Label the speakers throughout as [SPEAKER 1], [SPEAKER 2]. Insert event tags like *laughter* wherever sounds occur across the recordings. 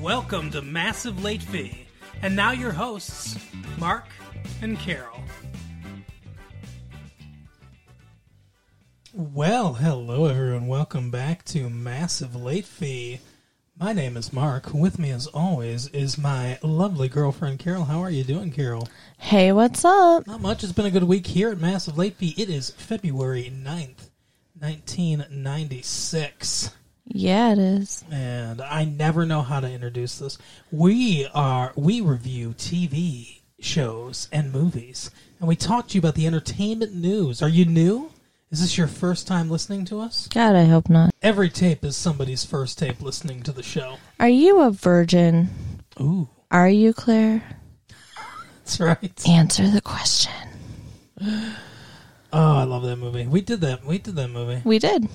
[SPEAKER 1] Welcome to Massive Late Fee. And now your hosts, Mark and Carol. Well, hello everyone. Welcome back to Massive Late Fee. My name is Mark. With me as always is my lovely girlfriend Carol. How are you doing, Carol?
[SPEAKER 2] Hey, what's up?
[SPEAKER 1] Not much. It's been a good week here at Massive Late Fee. It is February 9th, 1996.
[SPEAKER 2] Yeah, it is.
[SPEAKER 1] And I never know how to introduce this. We are we review TV shows and movies, and we talk to you about the entertainment news. Are you new? Is this your first time listening to us?
[SPEAKER 2] God, I hope not.
[SPEAKER 1] Every tape is somebody's first tape listening to the show.
[SPEAKER 2] Are you a virgin?
[SPEAKER 1] Ooh,
[SPEAKER 2] Are you, Claire?
[SPEAKER 1] that's right.
[SPEAKER 2] Answer the question.
[SPEAKER 1] Oh, I love that movie. We did that. We did that movie.
[SPEAKER 2] We did.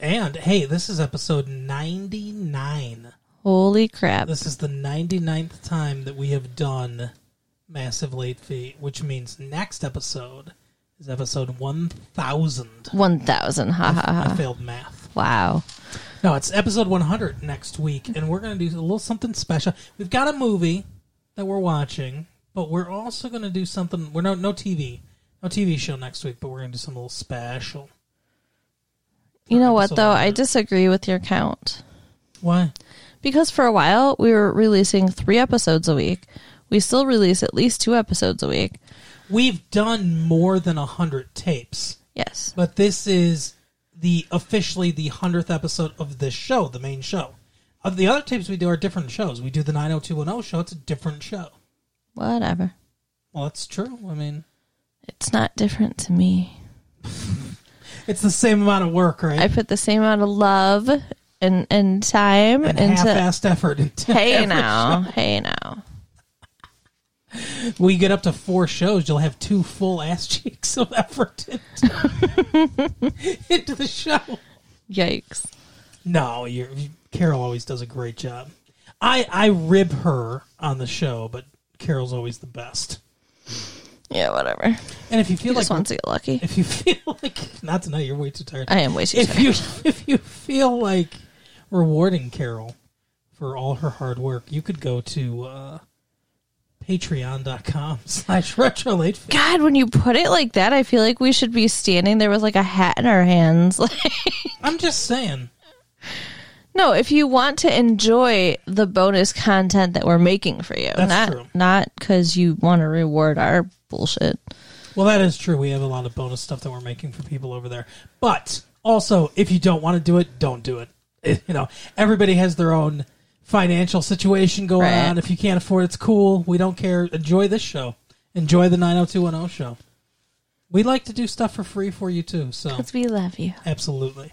[SPEAKER 1] And hey, this is episode ninety nine.
[SPEAKER 2] Holy crap.
[SPEAKER 1] This is the 99th time that we have done Massive Late Fee, which means next episode is episode 1000.
[SPEAKER 2] 1,000. Ha ha
[SPEAKER 1] I
[SPEAKER 2] ha.
[SPEAKER 1] failed math.
[SPEAKER 2] Wow.
[SPEAKER 1] No, it's episode 100 next week, and we're going to do a little something special. We've got a movie that we're watching, but we're also going to do something. We're no, no TV. No TV show next week, but we're going to do something a little special.
[SPEAKER 2] You know what,
[SPEAKER 1] So
[SPEAKER 2] though? I
[SPEAKER 1] weird.
[SPEAKER 2] disagree with your count.
[SPEAKER 1] Why?
[SPEAKER 2] Because for a while, we were releasing three episodes a week. We still release at least two episodes a week.
[SPEAKER 1] We've done more than 100 tapes.
[SPEAKER 2] Yes.
[SPEAKER 1] But this is the officially the hundredth episode of this show, the main show. Of the other tapes we do are different shows. We do the nine hundred two one zero show; it's a different show.
[SPEAKER 2] Whatever.
[SPEAKER 1] Well, that's true. I mean,
[SPEAKER 2] It's not different to me.
[SPEAKER 1] it's the same amount of work, right?
[SPEAKER 2] I put the same amount of love and, and time
[SPEAKER 1] and
[SPEAKER 2] into.
[SPEAKER 1] half-assed effort. *laughs* Into
[SPEAKER 2] Hey
[SPEAKER 1] every
[SPEAKER 2] now. Hey now.
[SPEAKER 1] show. we get up to four shows, you'll have two full ass *laughs* cheeks of effort into, into *laughs* the show.
[SPEAKER 2] Yikes.
[SPEAKER 1] No, you're, Carol always does a great job. I I rib her on the show, but Carol's always the best.
[SPEAKER 2] Yeah, whatever.
[SPEAKER 1] And if you feel
[SPEAKER 2] He just
[SPEAKER 1] like
[SPEAKER 2] wants to get lucky.
[SPEAKER 1] if you feel *laughs* like not tonight, you're way too tired.
[SPEAKER 2] I am way too
[SPEAKER 1] if
[SPEAKER 2] tired.
[SPEAKER 1] you *laughs* if you feel like rewarding Carol for all her hard work, you could go to uh, patreon.com *laughs* slash retro late fee.
[SPEAKER 2] *laughs* God, when you put it like that, I feel like we should be standing there with like a hat in our hands. *laughs* Like,
[SPEAKER 1] I'm just saying.
[SPEAKER 2] no, if you want to enjoy the bonus content that we're making for you,
[SPEAKER 1] That's
[SPEAKER 2] not
[SPEAKER 1] true.
[SPEAKER 2] not because you want to reward our bullshit.
[SPEAKER 1] Well, that is true. We have a lot of bonus stuff that we're making for people over there. But also, if you don't want to do it, don't do it. You know, everybody has their own financial situation going
[SPEAKER 2] Right.
[SPEAKER 1] on. If you can't afford, it, it's cool. We don't care. Enjoy this show. Enjoy the 90210 show. We like to do stuff for free for you too. So
[SPEAKER 2] Because we love you.
[SPEAKER 1] absolutely.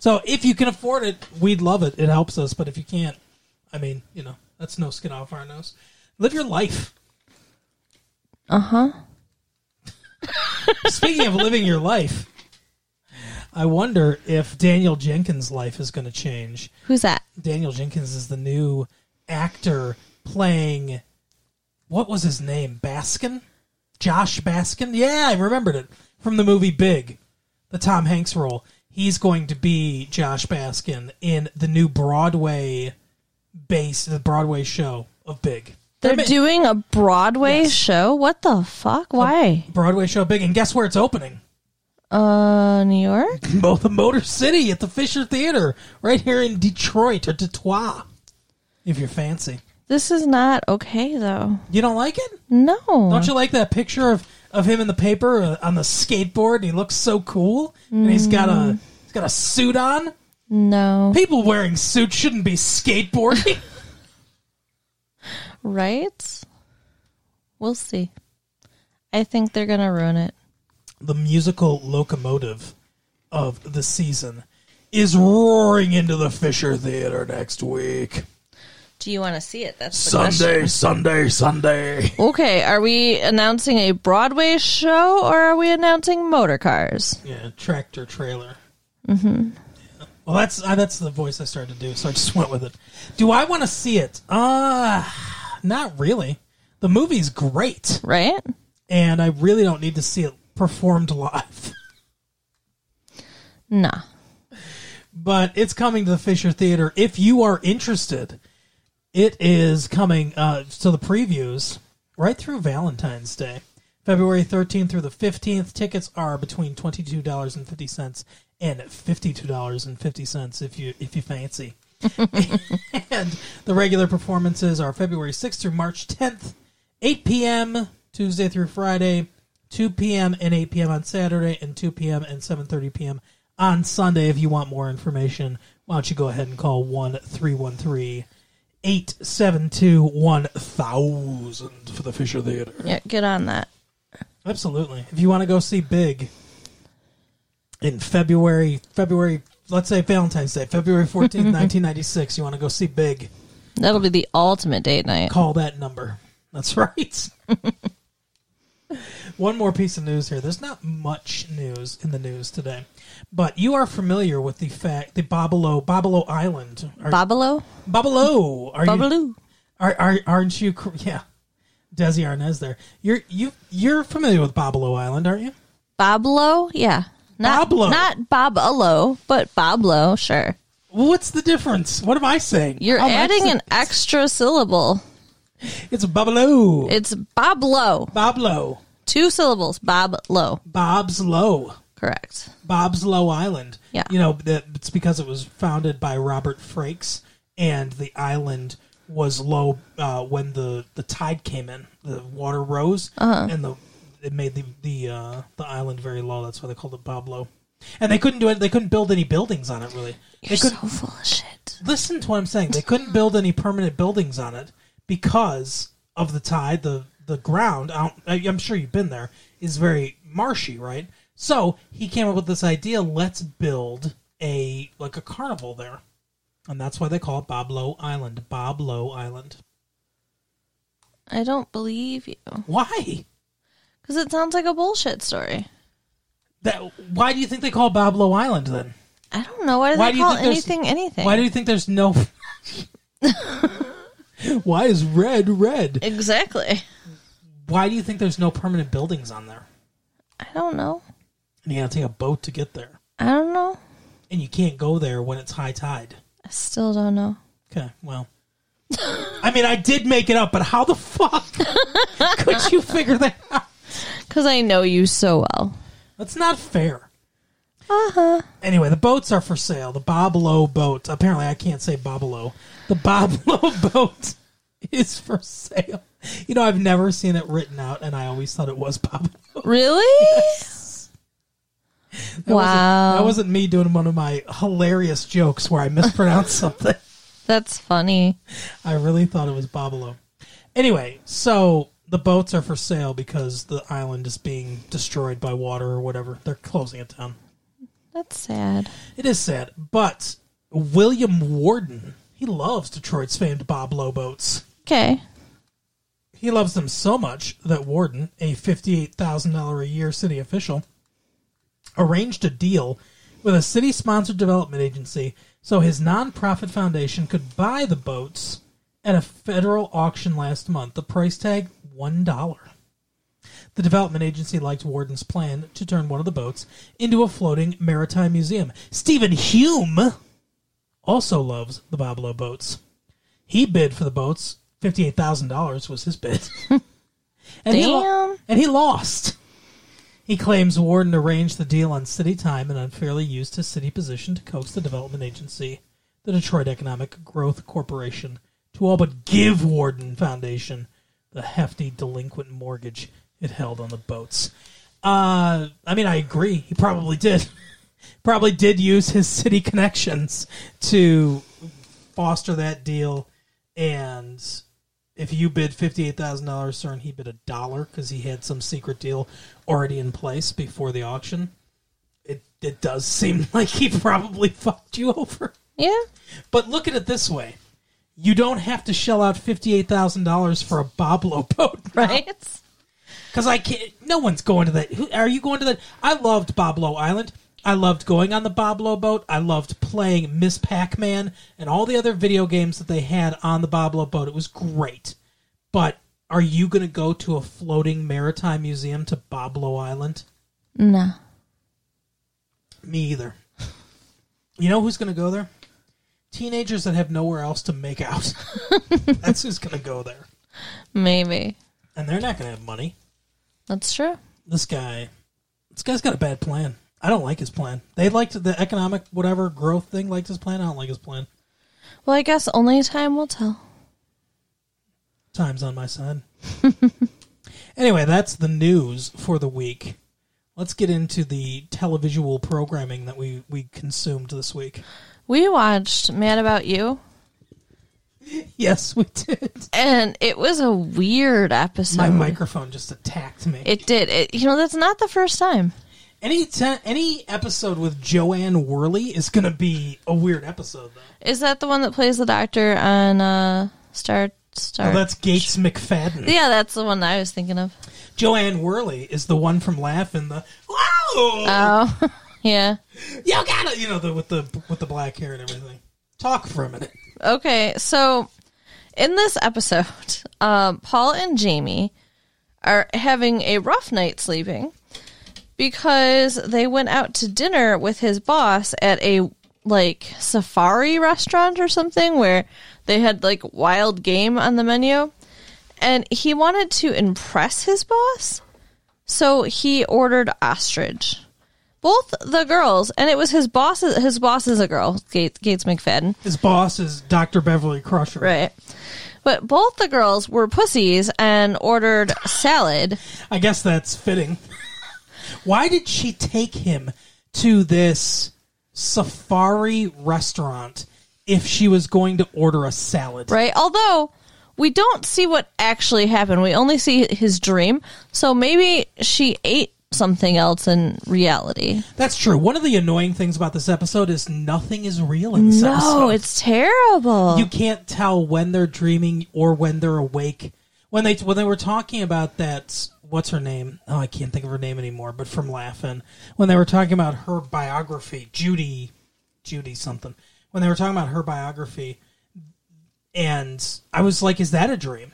[SPEAKER 1] So if you can afford it, we'd love it. It helps us. But if you can't, I mean, you know, that's no skin off our nose. Live your life.
[SPEAKER 2] Uh huh.
[SPEAKER 1] *laughs* Speaking of living your life, I wonder if Daniel Jenkins' life is going to change.
[SPEAKER 2] Who's that?
[SPEAKER 1] Daniel Jenkins is the new actor playing. What was his name? Baskin? Josh Baskin? Yeah, I remembered it from the movie Big, the Tom Hanks role. He's going to be Josh Baskin in the new Broadway base, the Broadway show of Big.
[SPEAKER 2] They're
[SPEAKER 1] ma-
[SPEAKER 2] doing a Broadway show. What the fuck? Why?
[SPEAKER 1] Broadway show Big, and guess where it's opening? *laughs*
[SPEAKER 2] Uh, New York.
[SPEAKER 1] Mo- the Motor City at the Fisher Theater, right here in Detroit or Detroit, if you're fancy.
[SPEAKER 2] This is not okay though.
[SPEAKER 1] You don't like it?
[SPEAKER 2] No.
[SPEAKER 1] Don't you like that picture of, of him in the paper uh, on the skateboard? And he looks so cool, and he's got a he's got a suit on.
[SPEAKER 2] no.
[SPEAKER 1] People wearing suits shouldn't be skateboarding.
[SPEAKER 2] Right? We'll see. I think they're going to ruin it.
[SPEAKER 1] the musical locomotive of the season is roaring into the Fisher Theater next week.
[SPEAKER 2] Do you want to see it? That's the
[SPEAKER 1] Sunday,
[SPEAKER 2] question.
[SPEAKER 1] Sunday, Sunday.
[SPEAKER 2] Okay, are we announcing a Broadway show or are we announcing motor cars?
[SPEAKER 1] Yeah, tractor trailer. Mm-hmm. Well, that's uh, that's the voice I started to do, so I just *laughs* went with it. Do I want to see it? Uh not really. The movie's great,
[SPEAKER 2] Right?
[SPEAKER 1] and I really don't need to see it performed *laughs* live.
[SPEAKER 2] Nah.
[SPEAKER 1] But it's coming to the Fisher Theater. If you are interested It is coming. Uh, so the previews right through Valentine's Day, February 13th through the 15th. Tickets are between twenty two dollars and fifty cents and fifty two dollars and fifty cents if you if you fancy. *laughs* and the regular performances are February 6th through March 10th, 8 p.m. Tuesday through Friday, 2 p.m. and 8 p.m. on Saturday, and 2 p.m. and 7:30 p.m. on Sunday. If you want more information, why don't you go ahead and call one three one three eight seven two one thousand for the Fisher Theater.
[SPEAKER 2] Yeah, get on that.
[SPEAKER 1] Absolutely. If you want to go see Big in February, February, let's say Valentine's Day, February 14th, 1996, you want to go see Big,
[SPEAKER 2] That'll be the ultimate date night.
[SPEAKER 1] call that number. That's *laughs* right. One more piece of news here. There's not much news in the news today, but you are familiar with the fact the Babalo Babalo Island. Are,
[SPEAKER 2] Babalo?
[SPEAKER 1] Babalo, are you
[SPEAKER 2] Babaloo.
[SPEAKER 1] Are, are aren't you? cr- Yeah, Desi Arnaz. There, you're you you're familiar with Babalo Island, aren't you?
[SPEAKER 2] Bablo? Yeah. Not,
[SPEAKER 1] Bablo.
[SPEAKER 2] Not Babalo, but Bablo, sure.
[SPEAKER 1] Well, what's the difference? What am I saying?
[SPEAKER 2] You're
[SPEAKER 1] How am I
[SPEAKER 2] adding
[SPEAKER 1] saying-
[SPEAKER 2] an extra syllable.
[SPEAKER 1] It's Babalo.
[SPEAKER 2] It's Bablo.
[SPEAKER 1] Bablo.
[SPEAKER 2] Two syllables. Bablo.
[SPEAKER 1] Bob's Low.
[SPEAKER 2] Correct.
[SPEAKER 1] Bob's Low Island.
[SPEAKER 2] Yeah.
[SPEAKER 1] You know, that it's because it was founded by Robert Frakes, and the island was low uh, when the, the tide came in. The water rose,
[SPEAKER 2] Uh-huh.
[SPEAKER 1] and the it made the the, uh, the island very low. That's why they called it Bob Low. And they couldn't do it. They couldn't build any buildings on it, really.
[SPEAKER 2] You're
[SPEAKER 1] They
[SPEAKER 2] so
[SPEAKER 1] couldn't
[SPEAKER 2] full of shit.
[SPEAKER 1] listen to what I'm saying. They couldn't build any permanent buildings on it because of the tide. The the ground, I don't- I- I'm sure you've been there, is very marshy, right? So he came up with this idea: let's build a like a carnival there, and that's why they call it Bob Lowe Island. Bob Lowe Island.
[SPEAKER 2] I don't believe you.
[SPEAKER 1] Why?
[SPEAKER 2] Because it sounds like a bullshit story.
[SPEAKER 1] That why do you think they call it Bob Lowe Island then?
[SPEAKER 2] I don't know. Why do
[SPEAKER 1] Why
[SPEAKER 2] they
[SPEAKER 1] do you
[SPEAKER 2] call
[SPEAKER 1] think there's-
[SPEAKER 2] anything anything?
[SPEAKER 1] Why do you think there's no? *laughs* why is red red?
[SPEAKER 2] exactly.
[SPEAKER 1] Why do you think there's no permanent buildings on there?
[SPEAKER 2] I don't know.
[SPEAKER 1] and you gotta take a boat to get there.
[SPEAKER 2] I don't know.
[SPEAKER 1] And you can't go there when it's high tide.
[SPEAKER 2] I still don't know.
[SPEAKER 1] Okay, well. I mean, I did make it up, but how the fuck *laughs* could you figure that out?
[SPEAKER 2] Because I know you so well.
[SPEAKER 1] *laughs* That's not fair. Uh huh. Anyway, the boats are for sale. The Bob Lowe boat. Apparently, I can't say Bob Lowe. The Bob Lowe *laughs* boat is for sale. You know, I've never seen it written out, and I always thought it was Bob
[SPEAKER 2] Oh.
[SPEAKER 1] Lowe.
[SPEAKER 2] Really?
[SPEAKER 1] That wasn't-
[SPEAKER 2] Wow.
[SPEAKER 1] that wasn't me doing one of my hilarious jokes where I mispronounced *laughs* something.
[SPEAKER 2] That's funny.
[SPEAKER 1] I really thought it was Babalo. Anyway, so the boats are for sale because the island is being destroyed by water or whatever. They're closing it down.
[SPEAKER 2] That's sad.
[SPEAKER 1] It is sad, but William Warden, he loves Detroit's famed Bob Lowe boats.
[SPEAKER 2] Okay.
[SPEAKER 1] He loves them so much that Warden, a $58,000 a year city official, arranged a deal with a city sponsored development agency so his nonprofit foundation could buy the boats at a federal auction last month. The price tag $1. The development agency liked Warden's plan to turn one of the boats into a floating maritime museum. Stephen Hume also loves the Bablo boats. He bid for the boats. Fifty-eight thousand dollars was his bid, *laughs* and he lo-
[SPEAKER 2] Damn.
[SPEAKER 1] and he lost. He claims Warden arranged the deal on city time and unfairly used his city position to coax the development agency, the Detroit Economic Growth Corporation, to all but give Warden Foundation the hefty delinquent mortgage it held on the boats. Uh, I mean, I agree. He probably did. *laughs* probably did use his city connections to foster that deal. And if you bid fifty eight thousand dollars, sir, and he bid a dollar because he had some secret deal already in place before the auction, it it does seem *laughs* like he probably fucked you over.
[SPEAKER 2] Yeah.
[SPEAKER 1] But look at it this way: you don't have to shell out fifty eight thousand dollars for a Boblo boat, *laughs*
[SPEAKER 2] Right?
[SPEAKER 1] because I can't. No one's going to that. Who- Are you going to that? I loved Boblo Island. I loved going on the Boblo boat. I loved playing Miss Pac Man and all the other video games that they had on the Boblo boat. It was great. But are you going to go to a floating maritime museum to Boblo Island?
[SPEAKER 2] No.
[SPEAKER 1] *sighs* Me either. You know who's going to go there? teenagers that have nowhere else to make out. That's who's going to go there.
[SPEAKER 2] Maybe.
[SPEAKER 1] And they're not going to have money.
[SPEAKER 2] That's true.
[SPEAKER 1] This guy, this guy's got a bad plan. I don't like his plan. They liked the economic whatever growth thing, liked his plan. I don't like his plan.
[SPEAKER 2] Well, I guess only time will tell.
[SPEAKER 1] Time's on my *laughs* side. anyway, that's the news for the week. Let's get into the televisual programming that we, we consumed this week.
[SPEAKER 2] We watched Mad About You,
[SPEAKER 1] Yes, we did.
[SPEAKER 2] and it was a weird episode.
[SPEAKER 1] My microphone just attacked me.
[SPEAKER 2] It did. It, you know, that's not the first time.
[SPEAKER 1] Any te- any episode with Joanne Worley is going to be a weird episode, though.
[SPEAKER 2] Is that the one that plays the doctor on uh, Star Star?
[SPEAKER 1] Well, Oh, that's Gates McFadden.
[SPEAKER 2] yeah, that's the one I was thinking of.
[SPEAKER 1] Joanne Worley is the one from Laugh in the Wow,
[SPEAKER 2] Oh, *laughs* yeah.
[SPEAKER 1] you got to You know the with the with the black hair and everything. Talk for a minute.
[SPEAKER 2] Okay, so in this episode, *laughs* um, Paul and Jamie are having a rough night sleeping because they went out to dinner with his boss at a like safari restaurant or something where they had like wild game on the menu and he wanted to impress his boss so he ordered ostrich both the girls and it was his boss his boss is a girl gates, gates mcfadden
[SPEAKER 1] His boss is Dr. Beverly Crusher.
[SPEAKER 2] Right. But both the girls were pussies and ordered salad.
[SPEAKER 1] I guess that's fitting. *laughs* Why did she take him to this safari restaurant if she was going to order a salad?
[SPEAKER 2] Right. Although we don't see what actually happened. We only see his dream. So maybe she ate something else in reality.
[SPEAKER 1] That's true. One of the annoying things about this episode is nothing is real in this
[SPEAKER 2] No,
[SPEAKER 1] episode.
[SPEAKER 2] it's terrible.
[SPEAKER 1] you can't tell when they're dreaming or when they're awake. When they when they were talking about that, what's her name? Oh, I can't think of her name anymore. But from Laughing, when they were talking about her biography, Judy, Judy something. When they were talking about her biography, and I was like, "Is that a dream?"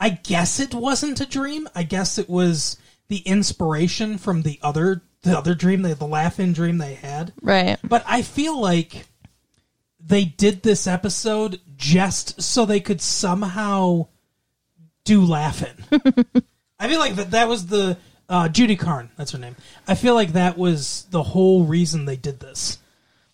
[SPEAKER 1] I guess it wasn't a dream. I guess it was the inspiration from the other the other dream, the, the Laughing dream they had.
[SPEAKER 2] right.
[SPEAKER 1] But I feel like they did this episode just so they could somehow do laughing. I feel like that that was the uh, Judy Carn. That's her name. I feel like that was the whole reason they did this.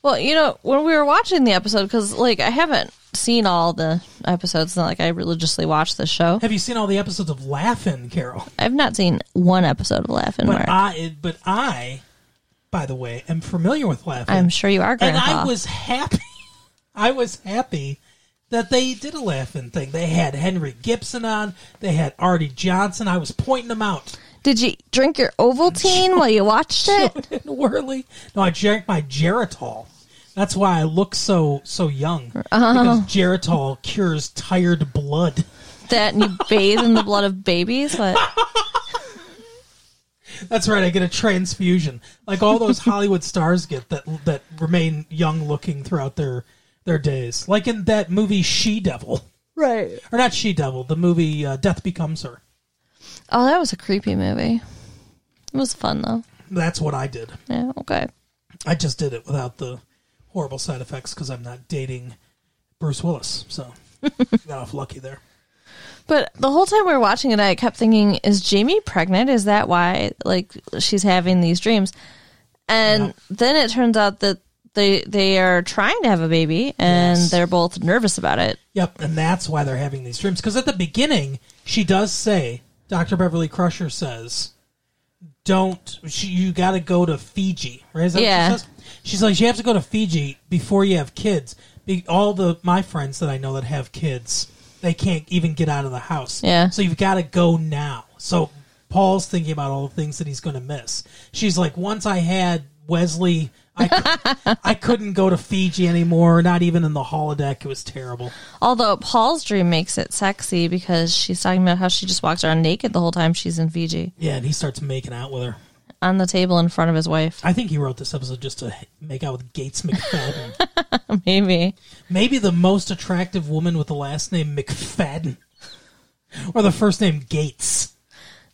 [SPEAKER 2] Well, you know, when we were watching the episode, because, like, I haven't seen all the episodes, not like I religiously watch the show.
[SPEAKER 1] Have you seen all the episodes of Laughing, Carol?
[SPEAKER 2] I've not seen one episode of Laughing
[SPEAKER 1] But
[SPEAKER 2] Mark. I,
[SPEAKER 1] I, it- but I, by the way, am familiar with Laughing.
[SPEAKER 2] am sure you are,
[SPEAKER 1] and
[SPEAKER 2] Grandpa.
[SPEAKER 1] I was happy. *laughs* I was happy that they did a laughing thing. They had Henry Gibson on. They had Artie Johnson. I was pointing them out. *laughs*
[SPEAKER 2] Did you drink your Ovaltine while you watched it?
[SPEAKER 1] And Whirly. No, I drank my Geritol. That's why I look so so young because Geritol cures tired blood. *laughs*
[SPEAKER 2] that and you bathe in the blood of babies. But
[SPEAKER 1] That's right. I get a transfusion, like all those Hollywood stars get that that remain young looking throughout their their days. Like in that movie She Devil,
[SPEAKER 2] right.
[SPEAKER 1] or not She Devil, the movie uh, Death Becomes Her.
[SPEAKER 2] Oh, that was a creepy movie. It was fun though.
[SPEAKER 1] That's what I did.
[SPEAKER 2] Yeah. Okay.
[SPEAKER 1] I just did it without the horrible side effects because I'm not dating Bruce Willis. So *laughs* got off lucky there.
[SPEAKER 2] But the whole time we were watching it, I kept thinking, "Is Jamie pregnant? Is that why like she's having these dreams?" And then it turns out that they they are trying to have a baby, and
[SPEAKER 1] Yes.
[SPEAKER 2] they're both nervous about it.
[SPEAKER 1] Yep, and that's why they're having these dreams. Because at the beginning, she does say, Dr. Beverly Crusher says, don't, she, you got to go to Fiji, right? Is that
[SPEAKER 2] Yeah.
[SPEAKER 1] what she says? She's like, you have to go to Fiji before you have kids. Be, all the my friends that I know that have kids, they can't even get out of the house.
[SPEAKER 2] Yeah.
[SPEAKER 1] So you've got to go now. So Paul's thinking about all the things that he's going to miss. She's like, once I had Wesley, I,
[SPEAKER 2] *laughs*
[SPEAKER 1] cou- I couldn't go to Fiji anymore, not even in the holodeck. It was terrible.
[SPEAKER 2] Although Paul's dream makes it sexy because she's talking about how she just walks around naked the whole time she's in Fiji
[SPEAKER 1] Yeah, and he starts making out with her.
[SPEAKER 2] on the table in front of his wife. *laughs*
[SPEAKER 1] I think he wrote this episode just to make out with Gates *laughs* McFadden.
[SPEAKER 2] Maybe.
[SPEAKER 1] Maybe the most attractive woman with the last name McFadden. Or the first name Gates.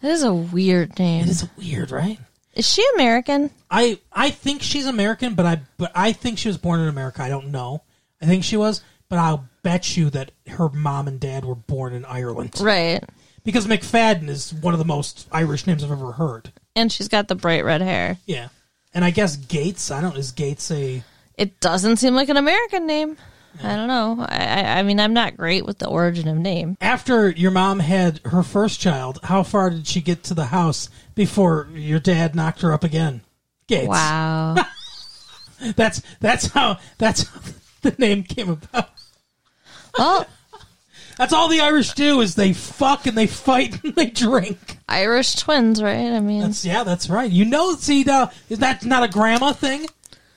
[SPEAKER 2] That is a weird name.
[SPEAKER 1] It is weird, right?
[SPEAKER 2] Is she American?
[SPEAKER 1] I I think she's American, but I but I think she was born in America. I don't know. I think she was, but I'll bet you that her mom and dad were born in Ireland
[SPEAKER 2] Right.
[SPEAKER 1] because McFadden is one of the most Irish names I've ever heard.
[SPEAKER 2] And she's got the bright red hair.
[SPEAKER 1] Yeah, and I guess Gates. I don't. Is Gates a?
[SPEAKER 2] It doesn't seem like an American name. I don't know. I, I, I mean, I'm not great with the origin of name.
[SPEAKER 1] After your mom had her first child, how far did she get to the house before your dad knocked her up again? Gates.
[SPEAKER 2] Wow.
[SPEAKER 1] That's that's how that's how *laughs* the name came about.
[SPEAKER 2] *laughs* well,
[SPEAKER 1] That's all the Irish do is they fuck and they fight and they drink.
[SPEAKER 2] Irish twins, right? I mean,
[SPEAKER 1] That's yeah, that's right. You know, see now is that not a grandma thing?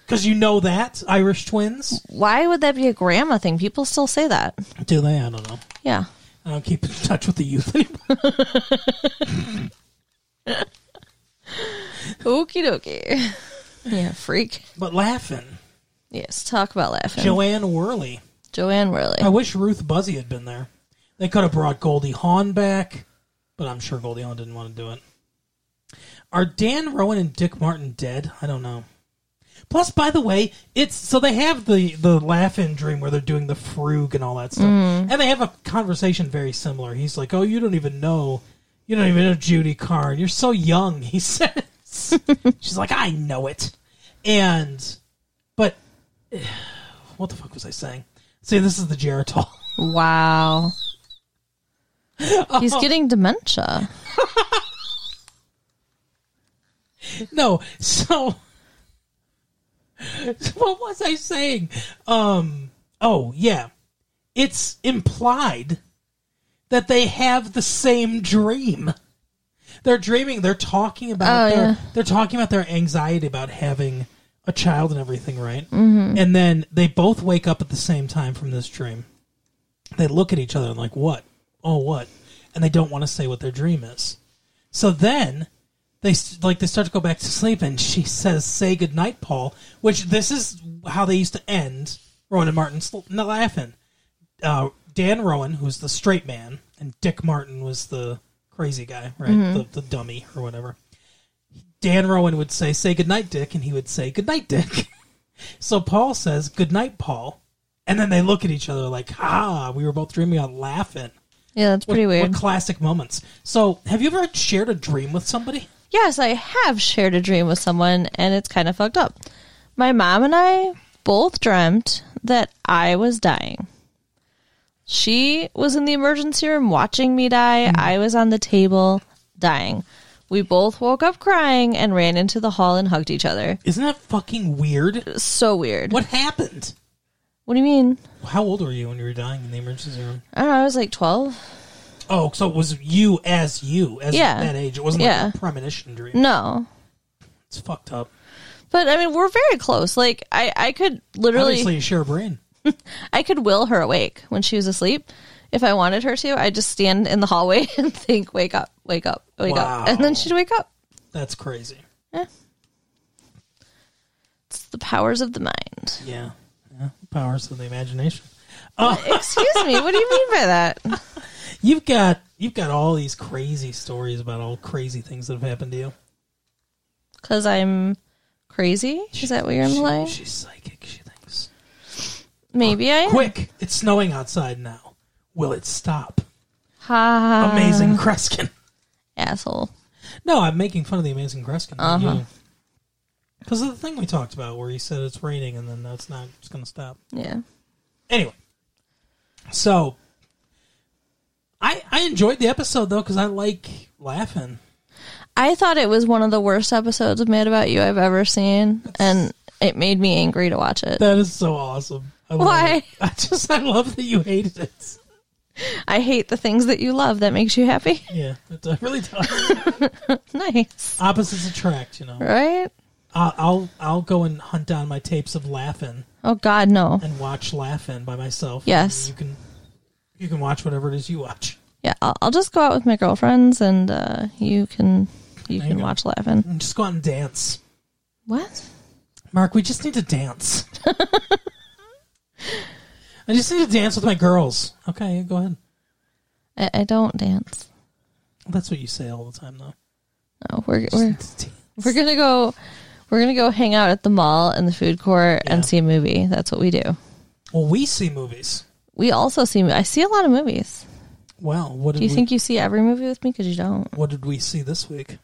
[SPEAKER 1] Because you know that Irish twins.
[SPEAKER 2] why would that be a grandma thing? People still say that.
[SPEAKER 1] Do they? I don't know.
[SPEAKER 2] Yeah.
[SPEAKER 1] I don't keep in touch with the youth *laughs* anymore.
[SPEAKER 2] Okie dokie. Yeah, freak.
[SPEAKER 1] But laughing,
[SPEAKER 2] Yes, talk about laughing.
[SPEAKER 1] Joanne Worley.
[SPEAKER 2] Joanne Worley.
[SPEAKER 1] I wish Ruth Buzzy had been there. They could have brought Goldie Hawn back, but I'm sure Goldie Hawn didn't want to do it. Are Dan Rowan and Dick Martin dead? I don't know. Plus, by the way, it's so they have the the laugh in dream where they're doing the frug and all that stuff, and they have a conversation very similar. He's like, "Oh, you don't even know, you don't even know Judy Carn. You're so young," he *laughs* says. She's like, "I know it," and but what the fuck was I saying? See, this is the Geritol. *laughs*
[SPEAKER 2] Wow. He's getting dementia.
[SPEAKER 1] *laughs* No, so *laughs* what was I saying? Um oh yeah. It's implied that they have the same dream. They're dreaming, they're talking about
[SPEAKER 2] Oh,
[SPEAKER 1] their
[SPEAKER 2] yeah.
[SPEAKER 1] they're talking about their anxiety about having a child and everything, right? Mm-hmm. And then they both wake up at the same time from this dream. They look at each other and like, "What? Oh, what?" And they don't want to say what their dream is. So then they s- like they start to go back to sleep, and she says, "Say goodnight, Paul." Which this is how they used to end Rowan and Martin sl- no, laughing. Uh, Dan Rowan, who's the straight man, and Dick Martin was the crazy guy, right?
[SPEAKER 2] Mm-hmm.
[SPEAKER 1] The, the dummy or whatever. Dan Rowan would say, "Say goodnight, Dick," and he would say, "Goodnight, Dick." *laughs* so Paul says, "Goodnight, Paul," and then they look at each other like, "Ah, we were both dreaming about laughing."
[SPEAKER 2] Yeah, that's
[SPEAKER 1] What-
[SPEAKER 2] pretty
[SPEAKER 1] what
[SPEAKER 2] weird.
[SPEAKER 1] classic moments. So, have you ever shared a dream with somebody?
[SPEAKER 2] yes, I have shared a dream with someone, and it's kind of fucked up. My mom and I both dreamt that I was dying. She was in the emergency room watching me die.
[SPEAKER 1] Mm.
[SPEAKER 2] I was on the table dying. We both woke up crying and ran into the hall and hugged each other.
[SPEAKER 1] Isn't that fucking weird?
[SPEAKER 2] So weird.
[SPEAKER 1] What happened?
[SPEAKER 2] What do you mean?
[SPEAKER 1] How old were you when you were dying in the emergency room?
[SPEAKER 2] I don't know. I was like 12.
[SPEAKER 1] Oh, so it was you as you as
[SPEAKER 2] Yeah.
[SPEAKER 1] that age. It wasn't
[SPEAKER 2] Yeah.
[SPEAKER 1] like a premonition dream.
[SPEAKER 2] No.
[SPEAKER 1] It's fucked up.
[SPEAKER 2] But I mean, we're very close. Like I, I could literally,
[SPEAKER 1] Obviously, you share a brain.
[SPEAKER 2] I could will her awake when she was asleep. If I wanted her to, I'd just stand in the hallway *laughs* and think, "Wake up, wake up, wake
[SPEAKER 1] Wow.
[SPEAKER 2] up," and then she'd wake up.
[SPEAKER 1] That's crazy.
[SPEAKER 2] It's the powers of the mind.
[SPEAKER 1] Yeah. yeah. Powers of the imagination.
[SPEAKER 2] Excuse me. What do you mean by that? *laughs*
[SPEAKER 1] You've got you've got all these crazy stories about all crazy things that have happened to you.
[SPEAKER 2] Because I'm crazy. Is that what you're
[SPEAKER 1] She-
[SPEAKER 2] implying?
[SPEAKER 1] she's psychic. She thinks.
[SPEAKER 2] Maybe I am.
[SPEAKER 1] Quick! It's snowing outside now. Will it stop?
[SPEAKER 2] Ha!
[SPEAKER 1] Amazing Kreskin.
[SPEAKER 2] asshole.
[SPEAKER 1] No, I'm making fun of the Amazing Kreskin.
[SPEAKER 2] Uh-huh.
[SPEAKER 1] Because of the thing we talked about where he said it's raining and then that's not it's going to stop.
[SPEAKER 2] Yeah.
[SPEAKER 1] Anyway, so I I enjoyed the episode though because I like laughing.
[SPEAKER 2] I thought it was one of the worst episodes of Mad About You I've ever seen, and it made me angry to watch it.
[SPEAKER 1] That is so awesome. I love
[SPEAKER 2] Why?
[SPEAKER 1] it. I just I love that you hated it.
[SPEAKER 2] I hate the things that you love. That makes you happy. *laughs*
[SPEAKER 1] Yeah, it I really does.
[SPEAKER 2] nice,
[SPEAKER 1] Opposites attract, you know.
[SPEAKER 2] right?
[SPEAKER 1] I'll, I'll I'll go and hunt down my tapes of laughing
[SPEAKER 2] Oh God, no.
[SPEAKER 1] and watch laughing by myself.
[SPEAKER 2] Yes.
[SPEAKER 1] you can you can watch whatever it is you watch.
[SPEAKER 2] Yeah, I'll, I'll just go out with my girlfriends, and uh, you can you
[SPEAKER 1] There you
[SPEAKER 2] can
[SPEAKER 1] go.
[SPEAKER 2] watch laughing.
[SPEAKER 1] And just go out and dance.
[SPEAKER 2] What?
[SPEAKER 1] Mark, we just need to
[SPEAKER 2] *laughs*
[SPEAKER 1] dance. I just need to dance with my girls. Okay, go ahead.
[SPEAKER 2] I, I don't dance.
[SPEAKER 1] That's what you say all the time, though.
[SPEAKER 2] No, we're
[SPEAKER 1] Just
[SPEAKER 2] we're
[SPEAKER 1] need to dance.
[SPEAKER 2] we're gonna go. We're gonna go hang out at the mall and the food court
[SPEAKER 1] Yeah.
[SPEAKER 2] and see a movie. That's what we do.
[SPEAKER 1] Well, we see movies.
[SPEAKER 2] We also see. I see a lot of movies.
[SPEAKER 1] Well, what did
[SPEAKER 2] Do you
[SPEAKER 1] we,
[SPEAKER 2] think you see every movie with me? Because you don't.
[SPEAKER 1] what did we see this week?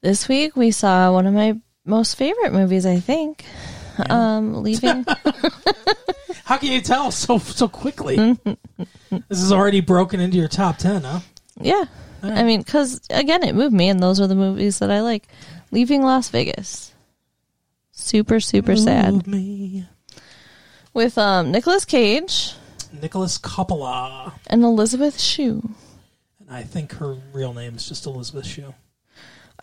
[SPEAKER 2] This week we saw one of my most favorite movies. I think. Um, leaving.
[SPEAKER 1] How can you tell so so quickly?
[SPEAKER 2] Mm-hmm.
[SPEAKER 1] this is already broken into your top ten, huh?
[SPEAKER 2] yeah. I mean, because again, it moved me, and those are the movies that I like. Leaving Las Vegas. Super super sad
[SPEAKER 1] Move me.
[SPEAKER 2] with um Nicolas Cage
[SPEAKER 1] Nicholas Coppola,
[SPEAKER 2] and Elizabeth Shue.
[SPEAKER 1] and I think her real name is just Elizabeth Shue.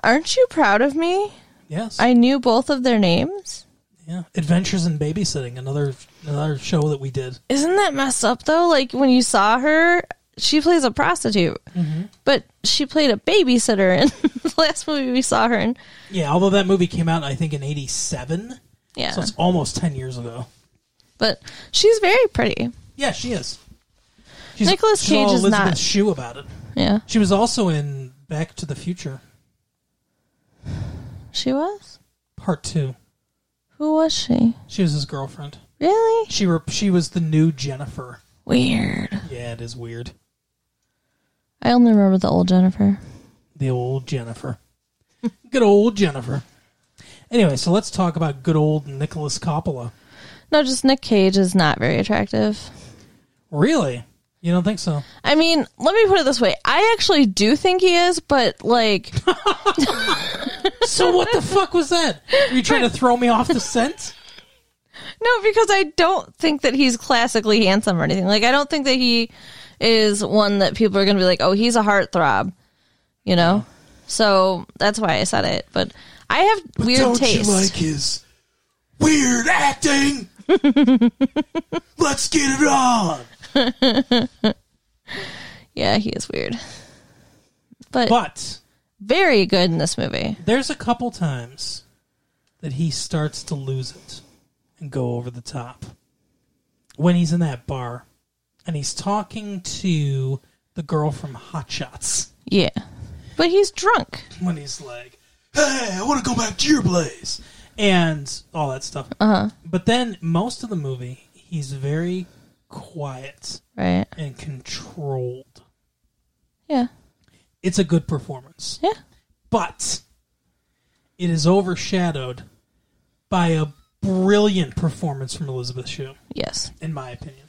[SPEAKER 2] Aren't you proud of me?
[SPEAKER 1] Yes.
[SPEAKER 2] I knew both of their names.
[SPEAKER 1] yeah. Adventures in Babysitting, another another show that we did.
[SPEAKER 2] Isn't that messed up though? Like when you saw her, she plays a prostitute,
[SPEAKER 1] Mm-hmm.
[SPEAKER 2] but she played a babysitter in *laughs* the last movie we saw her in.
[SPEAKER 1] Yeah, although that movie came out I think in 87,
[SPEAKER 2] Yeah,
[SPEAKER 1] so it's almost 10 years ago.
[SPEAKER 2] but she's very pretty.
[SPEAKER 1] Yeah, she is. She's,
[SPEAKER 2] Nicolas
[SPEAKER 1] she's all
[SPEAKER 2] Cage is
[SPEAKER 1] Elizabeth
[SPEAKER 2] not-
[SPEAKER 1] Shue about it.
[SPEAKER 2] Yeah,
[SPEAKER 1] She was also in Back to the Future
[SPEAKER 2] she was.
[SPEAKER 1] Part 2.
[SPEAKER 2] Who was she?
[SPEAKER 1] She was his girlfriend.
[SPEAKER 2] Really
[SPEAKER 1] She re- she was the new Jennifer.
[SPEAKER 2] weird.
[SPEAKER 1] Yeah, it is weird.
[SPEAKER 2] I only remember the old Jennifer.
[SPEAKER 1] The old Jennifer. *laughs* Good old Jennifer. Anyway, so let's talk about good old Nicholas Coppola.
[SPEAKER 2] No, just Nick Cage is not very attractive.
[SPEAKER 1] Really? You don't think
[SPEAKER 2] *laughs*
[SPEAKER 1] so?
[SPEAKER 2] I mean, let me put it this way. I actually do think he is, but *laughs* like,
[SPEAKER 1] So what the fuck was that? Are you trying to throw me off the scent?
[SPEAKER 2] No, because I don't think that he's classically handsome or anything. Like, I don't think that he is one that people are going to be like, oh, he's a heartthrob, you know? So that's why I said it. But I have *laughs* weird taste.
[SPEAKER 1] his weird
[SPEAKER 2] *laughs*
[SPEAKER 1] acting? Let's get it on.
[SPEAKER 2] yeah, he is weird. But,
[SPEAKER 1] But
[SPEAKER 2] very good in this movie.
[SPEAKER 1] there's a couple times that he starts to lose it and go over the top when he's in that bar and he's talking to the girl from Hot Shots *laughs*
[SPEAKER 2] Yeah. But he's drunk.
[SPEAKER 1] when he's like, "Hey, I want to go back to your place," and all that stuff. Uh-huh. But then most of the movie, he's very quiet
[SPEAKER 2] Right.
[SPEAKER 1] and controlled.
[SPEAKER 2] Yeah.
[SPEAKER 1] It's a good performance.
[SPEAKER 2] Yeah.
[SPEAKER 1] but it is overshadowed by a brilliant performance from Elizabeth Shue,
[SPEAKER 2] Yes.
[SPEAKER 1] in my opinion.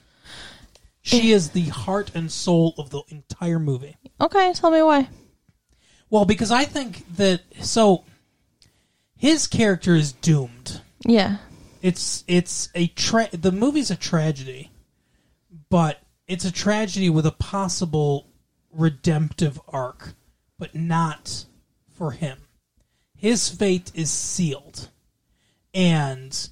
[SPEAKER 1] She is the heart and soul of the entire movie.
[SPEAKER 2] Okay. Tell me why.
[SPEAKER 1] Well, because I think that so his character is doomed.
[SPEAKER 2] Yeah.
[SPEAKER 1] It's it's a tra- the movie's a tragedy, but it's a tragedy with a possible redemptive arc, but not for him. His fate is sealed, and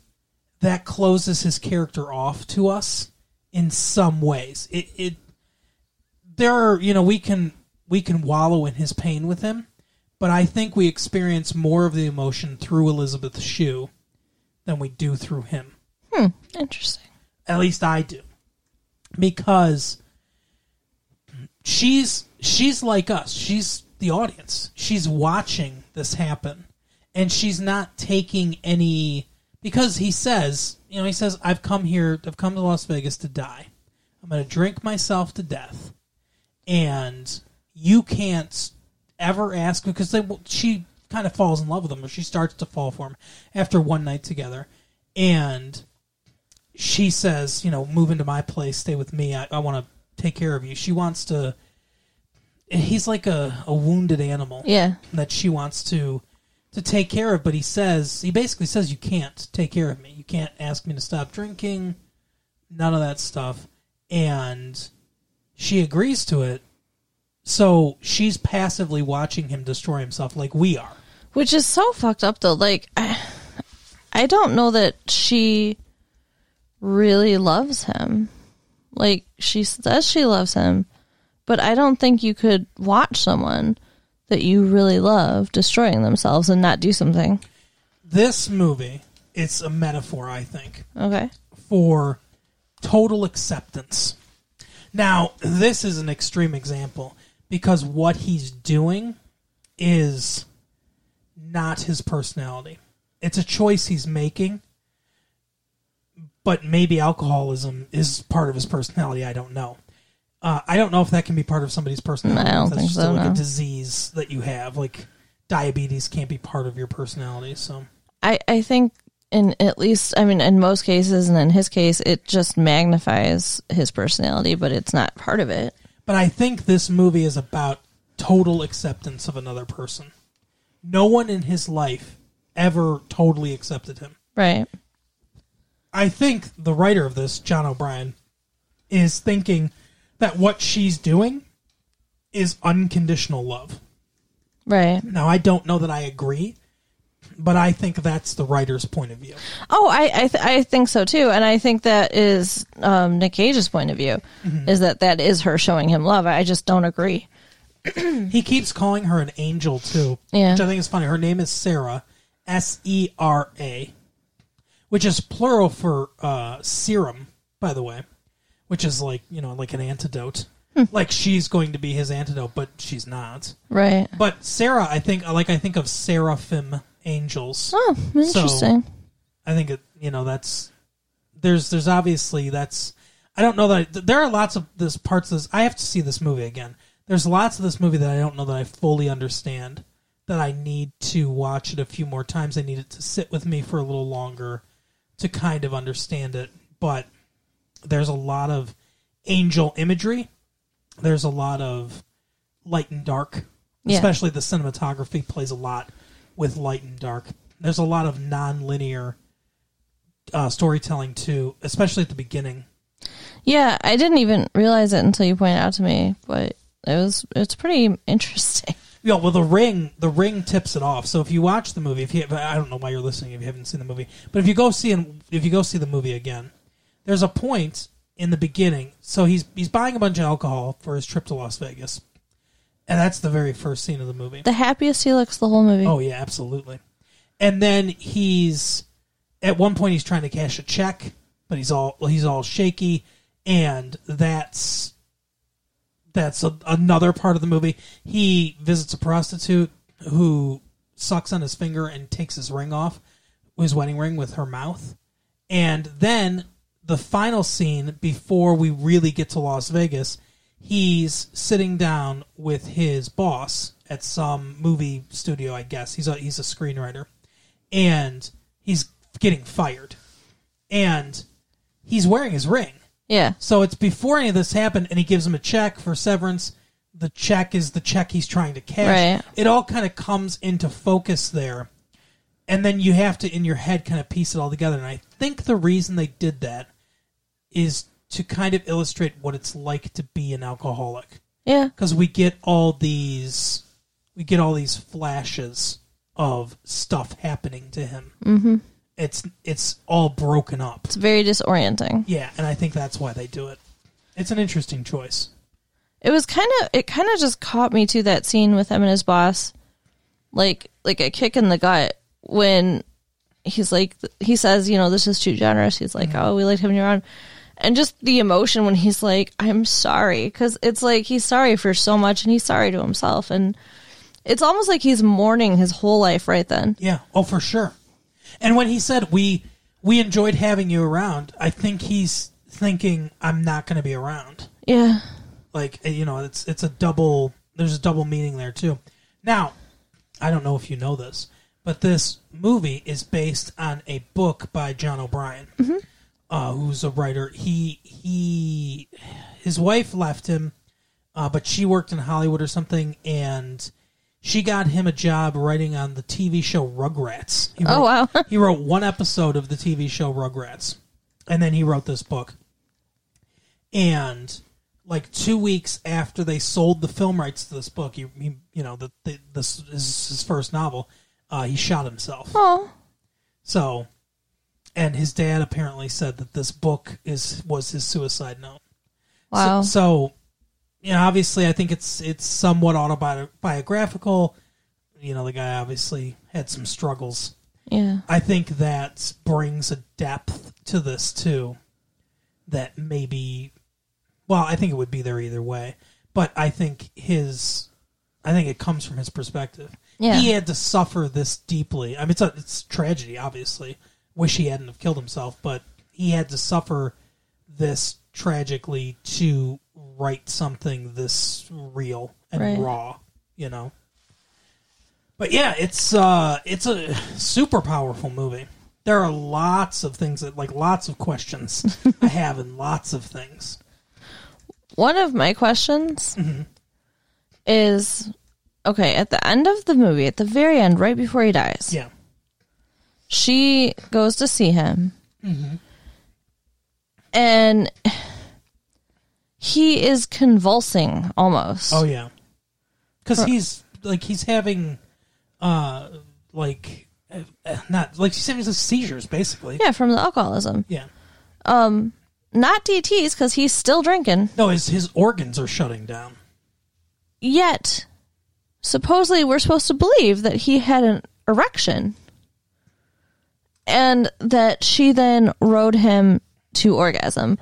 [SPEAKER 1] that closes his character off to us in some ways. It, it there are you know we can we can wallow in his pain with him, but I think we experience more of the emotion through Elizabeth Shue than we do through him.
[SPEAKER 2] Interesting.
[SPEAKER 1] At least I do. Because she's she's like us. She's the audience. She's watching this happen and she's not taking any because he says, you know, he says I've come here, I've come to Las Vegas to die. I'm going to drink myself to death. And you can't ever ask because they she kind of falls in love with him or she starts to fall for him after one night together. And she says, you know, move into my place, stay with me. I, I want to take care of you. She wants to. He's like a, a wounded animal
[SPEAKER 2] Yeah.
[SPEAKER 1] that she wants to to take care of, but he says he basically says you can't take care of me. You can't ask me to stop drinking, none of that stuff. And she agrees to it. So she's passively watching him destroy himself like we are.
[SPEAKER 2] which is so fucked up though like i, I don't know that she really loves him like she says she loves him but i don't think you could watch someone that you really love destroying themselves and not do something
[SPEAKER 1] This movie, it's a metaphor, I think,
[SPEAKER 2] okay
[SPEAKER 1] for total acceptance. Now, this is an extreme example because what he's doing is not his personality. It's a choice he's making, but maybe alcoholism is part of his personality. I don't know. Uh, I don't know if that can be part of somebody's personality.
[SPEAKER 2] I don't
[SPEAKER 1] That's
[SPEAKER 2] think
[SPEAKER 1] just
[SPEAKER 2] so,
[SPEAKER 1] like
[SPEAKER 2] no.
[SPEAKER 1] a disease that you have. Like diabetes can't be part of your personality. So
[SPEAKER 2] I, I think in at least I mean in most cases and in his case it just magnifies his personality, but it's not part of it.
[SPEAKER 1] But I think this movie is about total acceptance of another person. No one in his life ever totally accepted him.
[SPEAKER 2] Right.
[SPEAKER 1] I think the writer of this, John O'Brien, is thinking that what she's doing is unconditional love.
[SPEAKER 2] Right.
[SPEAKER 1] Now, I don't know that I agree, but I think that's the writer's point of view.
[SPEAKER 2] Oh, I I, th- I think so too, and I think that is um, Nick Cage's point of view is that that is her showing him love. I just don't agree.
[SPEAKER 1] He keeps calling her an angel too,
[SPEAKER 2] Yeah.
[SPEAKER 1] which I think is funny. Her name is Sarah, S E R A, which is plural for uh, serum, by the way, which is like you know like an antidote.
[SPEAKER 2] Hmm.
[SPEAKER 1] like she's going to be his antidote, but she's not.
[SPEAKER 2] Right.
[SPEAKER 1] But Sarah, I think like I think of seraphim angels.
[SPEAKER 2] Oh, interesting.
[SPEAKER 1] I think it, you know that's there's there's obviously that's I don't know that I, th- there are lots of this parts of this I have to see this movie again. There's lots of this movie that I don't know that I fully understand that I need to watch it a few more times. I need it to sit with me for a little longer to kind of understand it, but there's a lot of angel imagery. There's a lot of light and dark.
[SPEAKER 2] Yeah.
[SPEAKER 1] Especially the cinematography plays a lot with light and dark. There's a lot of non-linear uh, storytelling too, especially at the beginning.
[SPEAKER 2] yeah, I didn't even realize it until you pointed it out to me, but it was it's pretty *laughs* interesting.
[SPEAKER 1] Yeah, well, the ring, the ring tips it off. So if you watch the movie, if you, I don't know why you're listening if you haven't seen the movie, but if you go see and if you go see the movie again, there's a point in the beginning. So he's he's buying a bunch of alcohol for his trip to Las Vegas, and that's the very first scene of the movie.
[SPEAKER 2] The happiest he looks the whole movie.
[SPEAKER 1] Oh yeah, absolutely. And then he's at one point he's trying to cash a check, but he's all he's all shaky, and that's that's a, another part of the movie. He visits a prostitute who sucks on his finger and takes his ring off, his wedding ring with her mouth, and then the final scene before we really get to Las Vegas, he's sitting down with his boss at some movie studio. I guess he's a he's a screenwriter, and he's getting fired, and he's wearing his ring.
[SPEAKER 2] Yeah.
[SPEAKER 1] So it's before any of this happened, and he gives him a check for severance. The check is the check he's trying to cash.
[SPEAKER 2] Right.
[SPEAKER 1] It all kind of comes into focus there. And then you have to, in your head, kind of piece it all together. And I think the reason they did that is to kind of illustrate what it's like to be an alcoholic
[SPEAKER 2] Yeah.
[SPEAKER 1] because we get all these we get all these flashes of stuff happening to him mm-hmm. it's it's all broken up
[SPEAKER 2] It's very disorienting.
[SPEAKER 1] yeah and i think that's why they do it it's an interesting choice
[SPEAKER 2] It was kind of it kind of just caught me to that scene with him and his boss, like like a kick in the gut when he's like he says you know this is too generous. He's like oh we liked having you around, and just the emotion when he's like I'm sorry because it's like he's sorry for so much and he's sorry to himself and it's almost like he's mourning his whole life right then.
[SPEAKER 1] yeah oh for sure and when he said we we enjoyed having you around i think he's thinking i'm not going to be around
[SPEAKER 2] Yeah,
[SPEAKER 1] like eh, you know it's it's a double there's a double meaning there too now i don't know if you know this but this movie is based on a book by john o'brien uh, who's a writer he he his wife left him uh, but she worked in hollywood or something and she got him a job writing on the tv show rugrats He
[SPEAKER 2] Oh,
[SPEAKER 1] wrote-
[SPEAKER 2] wow. *laughs*
[SPEAKER 1] *laughs* he wrote one episode of the tv show rugrats and then he wrote this book and like two weeks after they sold the film rights to this book, he, he you know, the, the, this is his first novel. Uh, he shot himself.
[SPEAKER 2] oh
[SPEAKER 1] So, and his dad apparently said that this book is was his suicide note.
[SPEAKER 2] wow,
[SPEAKER 1] So, so you know, obviously, I think it's it's somewhat autobiographical. You know, the guy obviously had some struggles.
[SPEAKER 2] yeah.
[SPEAKER 1] I think that brings a depth to this too that maybe well, I think it would be there either way, but I think his I think it comes from his perspective.
[SPEAKER 2] Yeah.
[SPEAKER 1] He had to suffer this deeply. I mean it's a it's tragedy obviously. Wish he hadn't have killed himself, but he had to suffer this tragically to write something this real and
[SPEAKER 2] Right.
[SPEAKER 1] raw, you know. But yeah, it's uh it's a super powerful movie. There are lots of things that like lots of questions
[SPEAKER 2] *laughs*
[SPEAKER 1] I have and lots of things.
[SPEAKER 2] One of my questions
[SPEAKER 1] Mm-hmm.
[SPEAKER 2] is okay, at the end of the movie, at the very end, right before he dies,
[SPEAKER 1] Yeah.
[SPEAKER 2] she goes to see him.
[SPEAKER 1] Mm-hmm.
[SPEAKER 2] And he is convulsing almost.
[SPEAKER 1] Oh yeah, because he's like he's having, uh, like uh, uh, not like he's having some seizures basically.
[SPEAKER 2] yeah, from the alcoholism.
[SPEAKER 1] Yeah.
[SPEAKER 2] Not DTs because he's still drinking.
[SPEAKER 1] No, his his organs are shutting down.
[SPEAKER 2] Yet, supposedly, we're supposed to believe that he had an erection and that she then rode him to orgasm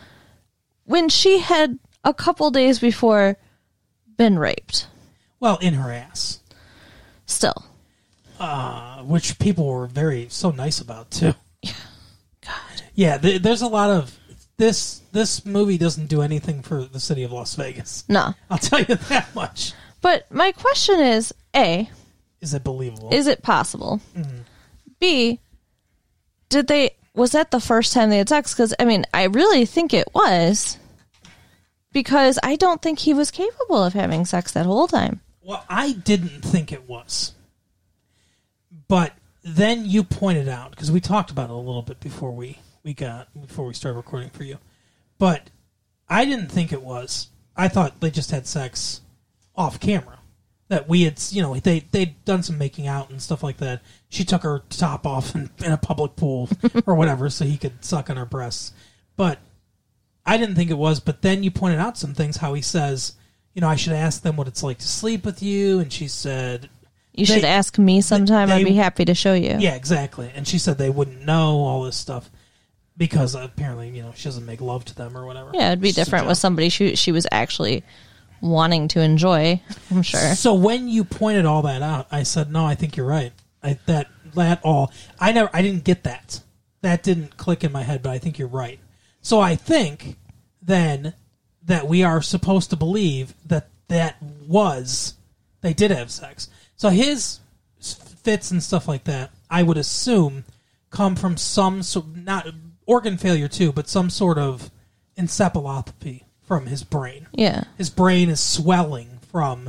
[SPEAKER 2] when she had a couple days before been raped.
[SPEAKER 1] Well, in her ass,
[SPEAKER 2] Still,
[SPEAKER 1] uh, which people were very so nice about too. Yeah. God. th- there's a lot of this. This movie doesn't do anything for the city of Las Vegas.
[SPEAKER 2] no.
[SPEAKER 1] I'll tell you that much.
[SPEAKER 2] But my question is A,
[SPEAKER 1] Is it believable?
[SPEAKER 2] is it possible?
[SPEAKER 1] Mm-hmm.
[SPEAKER 2] B, did they was that the first time they had sex? Because I mean, I really think it was because I don't think he was capable of having sex that whole time.
[SPEAKER 1] Well, I didn't think it was. But then you pointed out because we talked about it a little bit before we we got before we started recording for you. But I didn't think it was. I thought they just had sex off camera. That we had, you know, they they'd done some making out and stuff like that. She took her top off in, in a public pool or whatever, so he could suck on her breasts. But I didn't think it was, but then you pointed out some things. How he says, you know, I should ask them what it's like to sleep with you, and she said,
[SPEAKER 2] You
[SPEAKER 1] They-
[SPEAKER 2] should ask me sometime. I'd
[SPEAKER 1] they-
[SPEAKER 2] be happy to show you.
[SPEAKER 1] yeah, exactly. And she said they wouldn't know all this stuff because apparently, you know, she doesn't make love to them or whatever.
[SPEAKER 2] Yeah, it'd be
[SPEAKER 1] It's just a
[SPEAKER 2] different with
[SPEAKER 1] joke.
[SPEAKER 2] somebody she she was actually wanting to enjoy. I'm sure.
[SPEAKER 1] So when you pointed all that out, I said, "No, I think you're right. I, that that all I never I didn't get that. That didn't click in my head, but I think you're right. So I think then that we are supposed to believe that that was they did have sex. So his s- fits and stuff like that, I would assume, come from some so not organ failure too, but some sort of encephalopathy from his brain
[SPEAKER 2] Yeah.
[SPEAKER 1] his brain is swelling from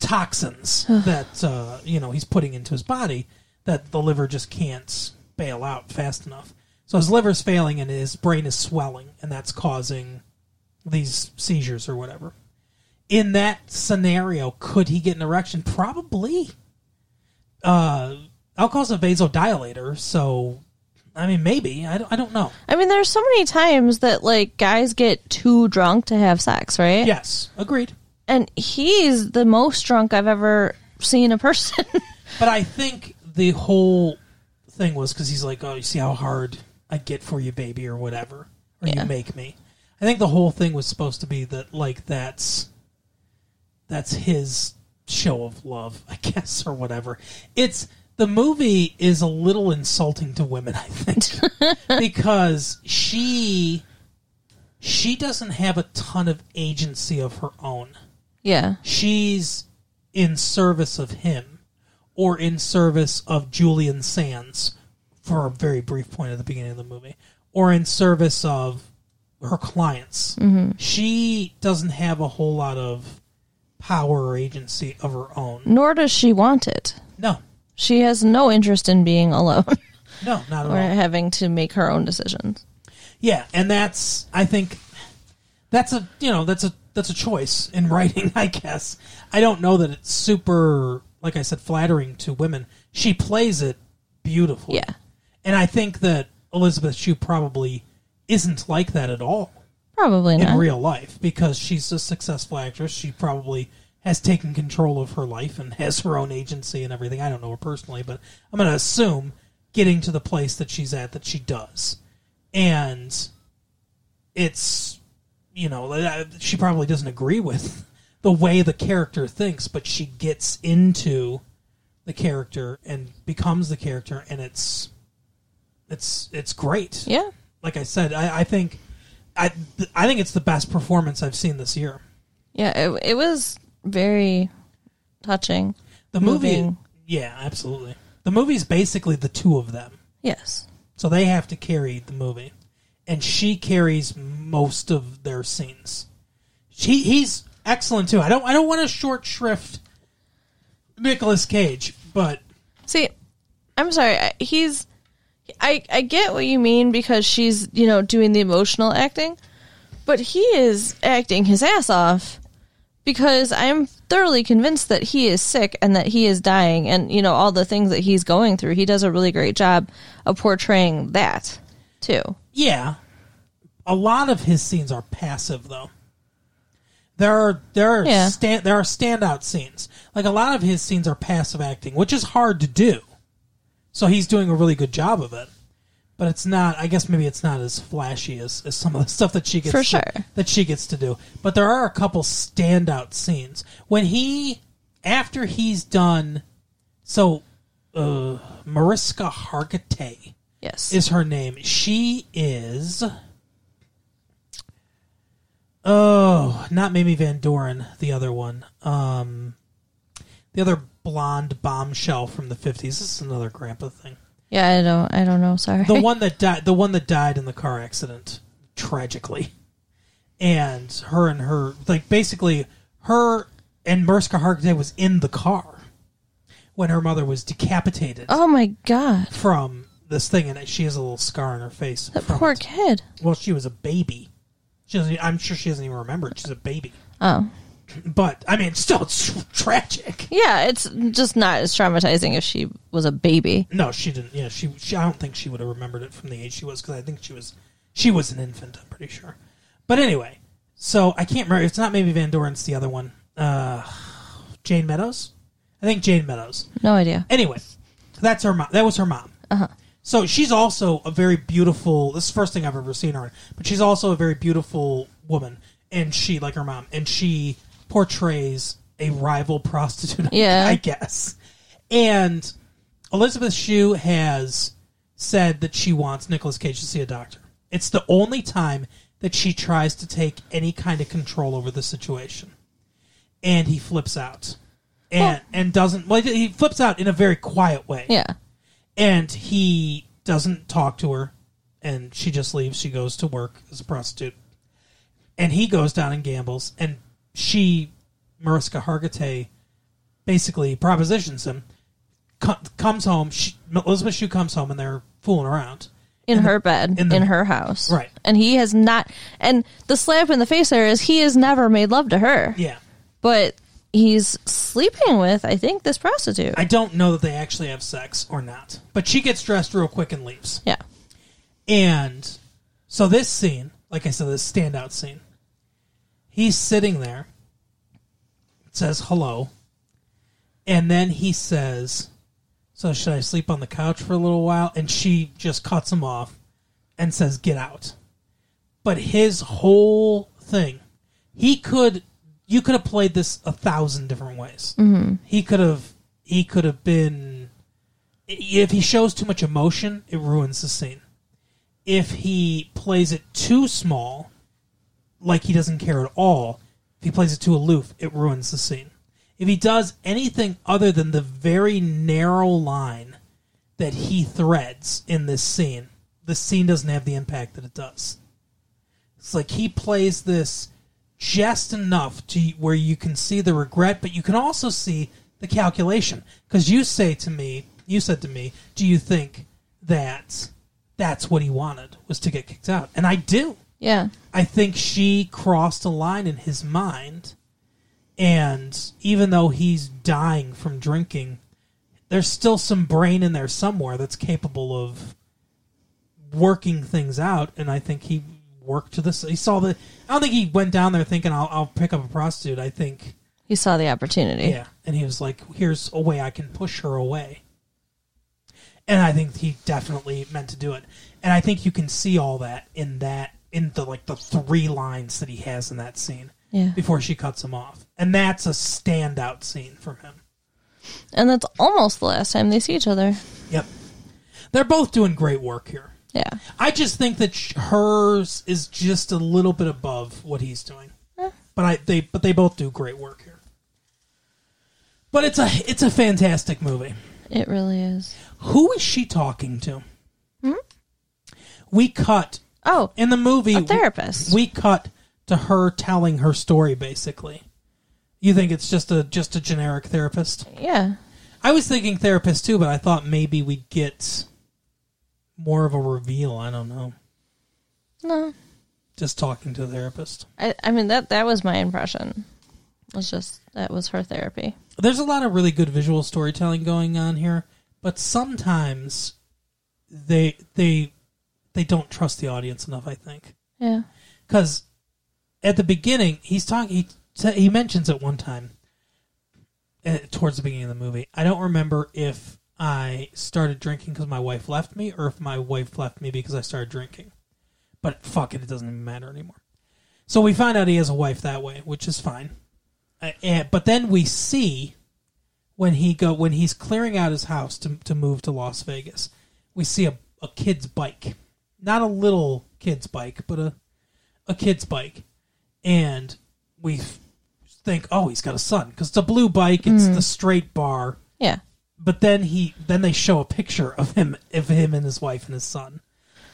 [SPEAKER 1] toxins that uh, you know he's putting into his body that the liver just can't bail out fast enough. So his liver's failing and his brain is swelling, and that's causing these seizures or whatever. In that scenario, could he get an erection? Probably. Uh, alcohol's a vasodilator, so I mean, maybe I don't, I don't know.
[SPEAKER 2] I mean, there's so many times that like guys get too drunk to have sex, right?
[SPEAKER 1] Yes, agreed.
[SPEAKER 2] And he's the most drunk I've ever seen a person. *laughs*
[SPEAKER 1] But I think the whole thing was because he's like, "Oh, you see how hard I get for you, baby, or whatever, or
[SPEAKER 2] Yeah.
[SPEAKER 1] you make me." I think the whole thing was supposed to be that, like, that's that's his show of love, I *laughs* guess, or whatever. It's the movie is a little insulting to women, I think, because she she doesn't have a ton of agency of her own
[SPEAKER 2] yeah.
[SPEAKER 1] she's in service of him or in service of Julian Sands for a very brief point at the beginning of the movie or in service of her clients. She doesn't have a whole lot of power or agency of her own.
[SPEAKER 2] Nor does she want it.
[SPEAKER 1] No,
[SPEAKER 2] She has no interest in being alone *laughs*
[SPEAKER 1] no, not at
[SPEAKER 2] or
[SPEAKER 1] all.
[SPEAKER 2] having to make her own decisions.
[SPEAKER 1] Yeah, and that's I think that's a you know that's a that's a choice in *laughs* writing. I guess I don't know that it's super like I said flattering to women. She plays it beautifully.
[SPEAKER 2] Yeah.
[SPEAKER 1] and I think that Elizabeth Shue probably isn't like that at all
[SPEAKER 2] Probably
[SPEAKER 1] in
[SPEAKER 2] not.
[SPEAKER 1] real life because she's a successful actress. She probably has taken control of her life and *laughs* has her own agency and everything. I don't know her personally, but I'm going to assume getting to the place that she's at that she does. And it's, you know, uh, she probably doesn't agree with *laughs* the way the character thinks, but she gets into the character and becomes the character and it's it's it's great
[SPEAKER 2] yeah.
[SPEAKER 1] like I said, I, I think, I th- I think it's the best performance I've seen this year.
[SPEAKER 2] Yeah, it, it was very touching.
[SPEAKER 1] The movie,
[SPEAKER 2] Moving.
[SPEAKER 1] yeah, absolutely. The movie's basically the two of them,
[SPEAKER 2] Yes.
[SPEAKER 1] so they have to carry the movie, and she carries most of their scenes. She he's excellent too. I don't I don't want to short shrift Nicolas Cage, but
[SPEAKER 2] See, I'm sorry. I- He's I I get what you mean because she's, you know, doing the emotional acting, but he is acting his ass off because I'm thoroughly convinced that he is sick and that he is dying and, you know, all the things that he's going through. He does a really great job of portraying that, too.
[SPEAKER 1] Yeah. A lot of his scenes are passive though. There are there are
[SPEAKER 2] Yeah.
[SPEAKER 1] stand there are standout scenes. Like a lot of his scenes are passive acting, which is hard to do. So he's doing a really good job of it. But it's not I guess maybe it's not as flashy as, as some of the *laughs* stuff that she gets
[SPEAKER 2] For
[SPEAKER 1] to,
[SPEAKER 2] sure.
[SPEAKER 1] that she gets to do. But there are a couple standout scenes. When he after he's done so uh Mariska Hargitay
[SPEAKER 2] Yes.
[SPEAKER 1] is her name. She is. Oh, not Mamie Van Doren, the other one. Um, the other blonde bombshell from the fifties. This is another grandpa thing.
[SPEAKER 2] yeah, I don't I don't know, sorry.
[SPEAKER 1] The one that died. The one that died in the car accident tragically, and her and her like basically her and Mariska Hargitay was in the car when her mother was decapitated
[SPEAKER 2] *laughs* oh my god.
[SPEAKER 1] from this thing, and she has a little scar on her face.
[SPEAKER 2] That
[SPEAKER 1] from
[SPEAKER 2] poor
[SPEAKER 1] it.
[SPEAKER 2] kid.
[SPEAKER 1] Well, she was a baby. She doesn't. e, I'm sure she doesn't even remember. it. She's a baby.
[SPEAKER 2] Oh.
[SPEAKER 1] But I mean, still, it's tragic.
[SPEAKER 2] Yeah, it's just not as traumatizing if she was a baby.
[SPEAKER 1] No, she didn't. Yeah, she. she I don't think she would have remembered it from the age she was because I think she was. She was an infant. I'm pretty sure. But anyway, so I can't remember. It's not maybe Van Doren. It's the other one. Uh, Jane Meadows. I think Jane Meadows.
[SPEAKER 2] No idea.
[SPEAKER 1] Anyway, that's her mom. That was her mom. So she's also a very beautiful. This is the first thing I've ever seen her, in, but she's also a very beautiful woman, and she like her mom, and she portrays a rival prostitute. *laughs*
[SPEAKER 2] Yeah.
[SPEAKER 1] I guess. And Elizabeth Shue has said that she wants Nicolas Cage to see a doctor. It's the only time that she tries to take any kind of control over the situation and he flips out and and doesn't well he flips out in a very quiet way
[SPEAKER 2] Yeah.
[SPEAKER 1] and he doesn't talk to her and she just leaves she goes to work as a prostitute and he goes down and gambles and she mariska hargitay basically propositions him co- comes home she, elizabeth shue comes home and they're fooling around
[SPEAKER 2] in, her bed
[SPEAKER 1] in
[SPEAKER 2] in,
[SPEAKER 1] the-
[SPEAKER 2] her house
[SPEAKER 1] Right.
[SPEAKER 2] and he has not and the slap in the face there is he has never made love to her
[SPEAKER 1] yeah
[SPEAKER 2] but he's sleeping with i think this prostitute
[SPEAKER 1] i don't know that they actually have sex or not but she gets dressed real quick and leaves
[SPEAKER 2] yeah
[SPEAKER 1] And so this scene, like I said, this standout scene, he's sitting there, says hello, and then he says, So should I sleep on the couch for a little while? And she just cuts him off and says, Get out. But his whole thing, he could you could have played this a thousand different ways. Mm-hmm. He could have he could have been if he shows too much emotion, it ruins the scene if he plays it too small, like he doesn't care at all, if he plays it too aloof, it ruins the scene. If he does anything other than the very narrow line that he threads in this scene, the scene doesn't have the impact that it does. It's like he plays this just enough to where you can see the regret, but you can also see the calculation. Because you say to me, you said to me, do you think that that's what he wanted was to get kicked out? And I do.
[SPEAKER 2] yeah
[SPEAKER 1] I think she crossed a line in his mind, and even though he's dying from drinking, there's still some brain in there somewhere that's capable of working things out. And I think he worked to this. He saw the. I don't think he went down there thinking I'll, I'll pick up a prostitute. I think
[SPEAKER 2] he saw the opportunity
[SPEAKER 1] yeah, and he was like, "Here's a way I can push her away." And I think he definitely meant to do it. And I think you can see all that in that in the like the three lines that he has in that scene
[SPEAKER 2] Yeah.
[SPEAKER 1] before she cuts him off. And that's a standout scene from him.
[SPEAKER 2] and that's almost the last time they see each other
[SPEAKER 1] Yep. They're both doing great work here.
[SPEAKER 2] Yeah.
[SPEAKER 1] I just think that sh- hers is just a little bit above what he's doing. But I they but they both do great work here. But it's a it's a fantastic movie.
[SPEAKER 2] It really is.
[SPEAKER 1] Who is she talking to?
[SPEAKER 2] Hmm?
[SPEAKER 1] We cut
[SPEAKER 2] Oh,
[SPEAKER 1] in the movie
[SPEAKER 2] a therapist.
[SPEAKER 1] We cut to her telling her story basically. You think it's just a just a generic therapist?
[SPEAKER 2] yeah.
[SPEAKER 1] I was thinking therapist too, but I thought maybe we'd get more of a reveal. I don't know.
[SPEAKER 2] No.
[SPEAKER 1] Just talking to a therapist.
[SPEAKER 2] I, I mean that that was my impression. It was just that was her therapy.
[SPEAKER 1] There's a lot of really good visual storytelling going on here, but sometimes they they they don't trust the audience enough, I think.
[SPEAKER 2] Yeah.
[SPEAKER 1] because at the beginning he's talking he, sa- he mentions it one time uh, towards the beginning of the movie i don't remember if i started drinking because my wife left me or if my wife left me because i started drinking but fuck it it doesn't even matter anymore so we find out he has a wife that way which is fine uh, and, but then we see when he go when he's clearing out his house to, to move to las vegas we see a, a kid's bike not a little kid's bike but a a kid's bike, and we f- think, oh, he's got a son because it's a blue bike. It's the straight bar,
[SPEAKER 2] Yeah.
[SPEAKER 1] but then he then they show a picture of him of him and his wife and his son,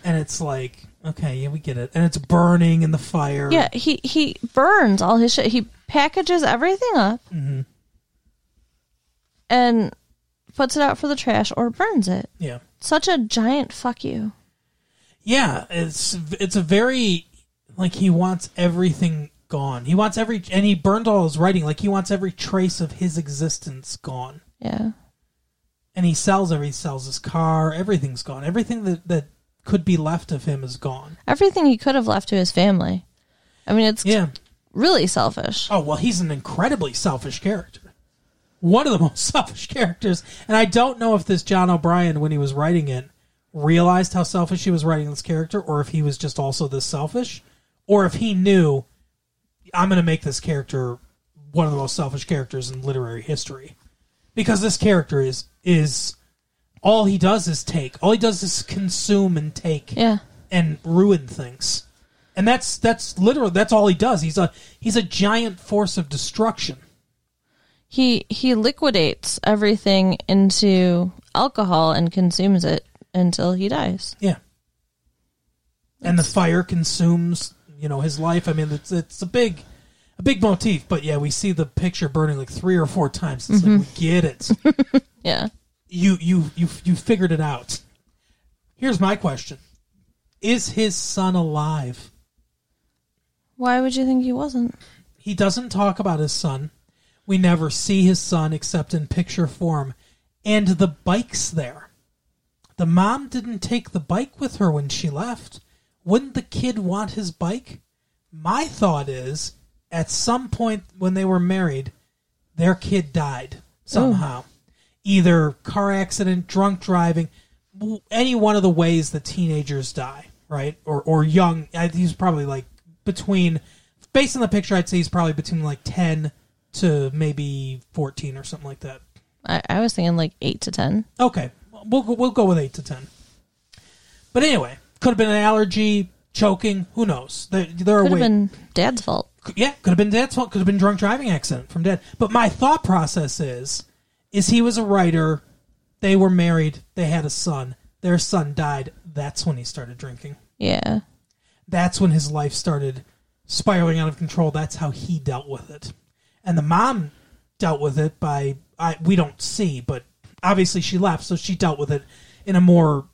[SPEAKER 1] and it's like, okay, yeah, we get it, and it's burning in the fire.
[SPEAKER 2] Yeah, he he burns all his shit. He packages everything up and puts it out for the trash or burns it.
[SPEAKER 1] yeah,
[SPEAKER 2] Such a giant fuck you.
[SPEAKER 1] yeah. It's it's a very like he wants everything gone. He wants every and he burned all his writing. Like he wants every trace of his existence gone.
[SPEAKER 2] Yeah.
[SPEAKER 1] and he sells every he sells his car everything's gone everything that that could be left of him is gone
[SPEAKER 2] Everything he could have left to his family. I mean, it's
[SPEAKER 1] yeah
[SPEAKER 2] really selfish.
[SPEAKER 1] oh well he's an incredibly selfish character one of the *laughs* most selfish characters and i don't know if this john o'brien when he was writing it realized how selfish he was writing this character or if he was just also this selfish or if he knew i'm going to make this character one of the most selfish characters in literary history because this character is is all he does is take all he does is consume and take
[SPEAKER 2] Yeah.
[SPEAKER 1] and ruin things. And that's that's literally that's all he does. He's a he's a giant force of destruction.
[SPEAKER 2] He he liquidates everything into alcohol and consumes it until he dies.
[SPEAKER 1] Yeah. And the fire consumes, you know, his life. I mean, it's it's a big a big motif, but yeah, we see the picture burning like three or four times. It's like we get it.
[SPEAKER 2] Yeah.
[SPEAKER 1] you you you you figured it out. Here's my question. Is his son alive?
[SPEAKER 2] Why would you think he wasn't?
[SPEAKER 1] He doesn't talk about his son. We never see his son except in picture form. And the bike's there. The mom didn't take the bike with her when she left. Wouldn't the kid want his bike? My thought is at some point when they were married, their kid died somehow. Either car accident, drunk driving, w- any one of the ways that teenagers die, right? Or or young. I- He's probably like between, based on the picture, I'd say he's probably between like 10 to maybe 14 or something like that.
[SPEAKER 2] I, I was thinking like eight to ten.
[SPEAKER 1] Okay, we'll go- we'll go with eight to ten. But anyway, could have been an allergy, choking. Who knows? There, there are
[SPEAKER 2] Could have
[SPEAKER 1] ways.
[SPEAKER 2] been dad's fault.
[SPEAKER 1] yeah, could have been dad's fault. Could have been drunk driving accident from dad. But my thought process is, is he was a writer. They were married. They had a son. Their son died. That's when he started drinking.
[SPEAKER 2] Yeah.
[SPEAKER 1] That's when his life started spiraling out of control. That's how he dealt with it. And the mom dealt with it by I, we don't see, but obviously she left, so she dealt with it in a more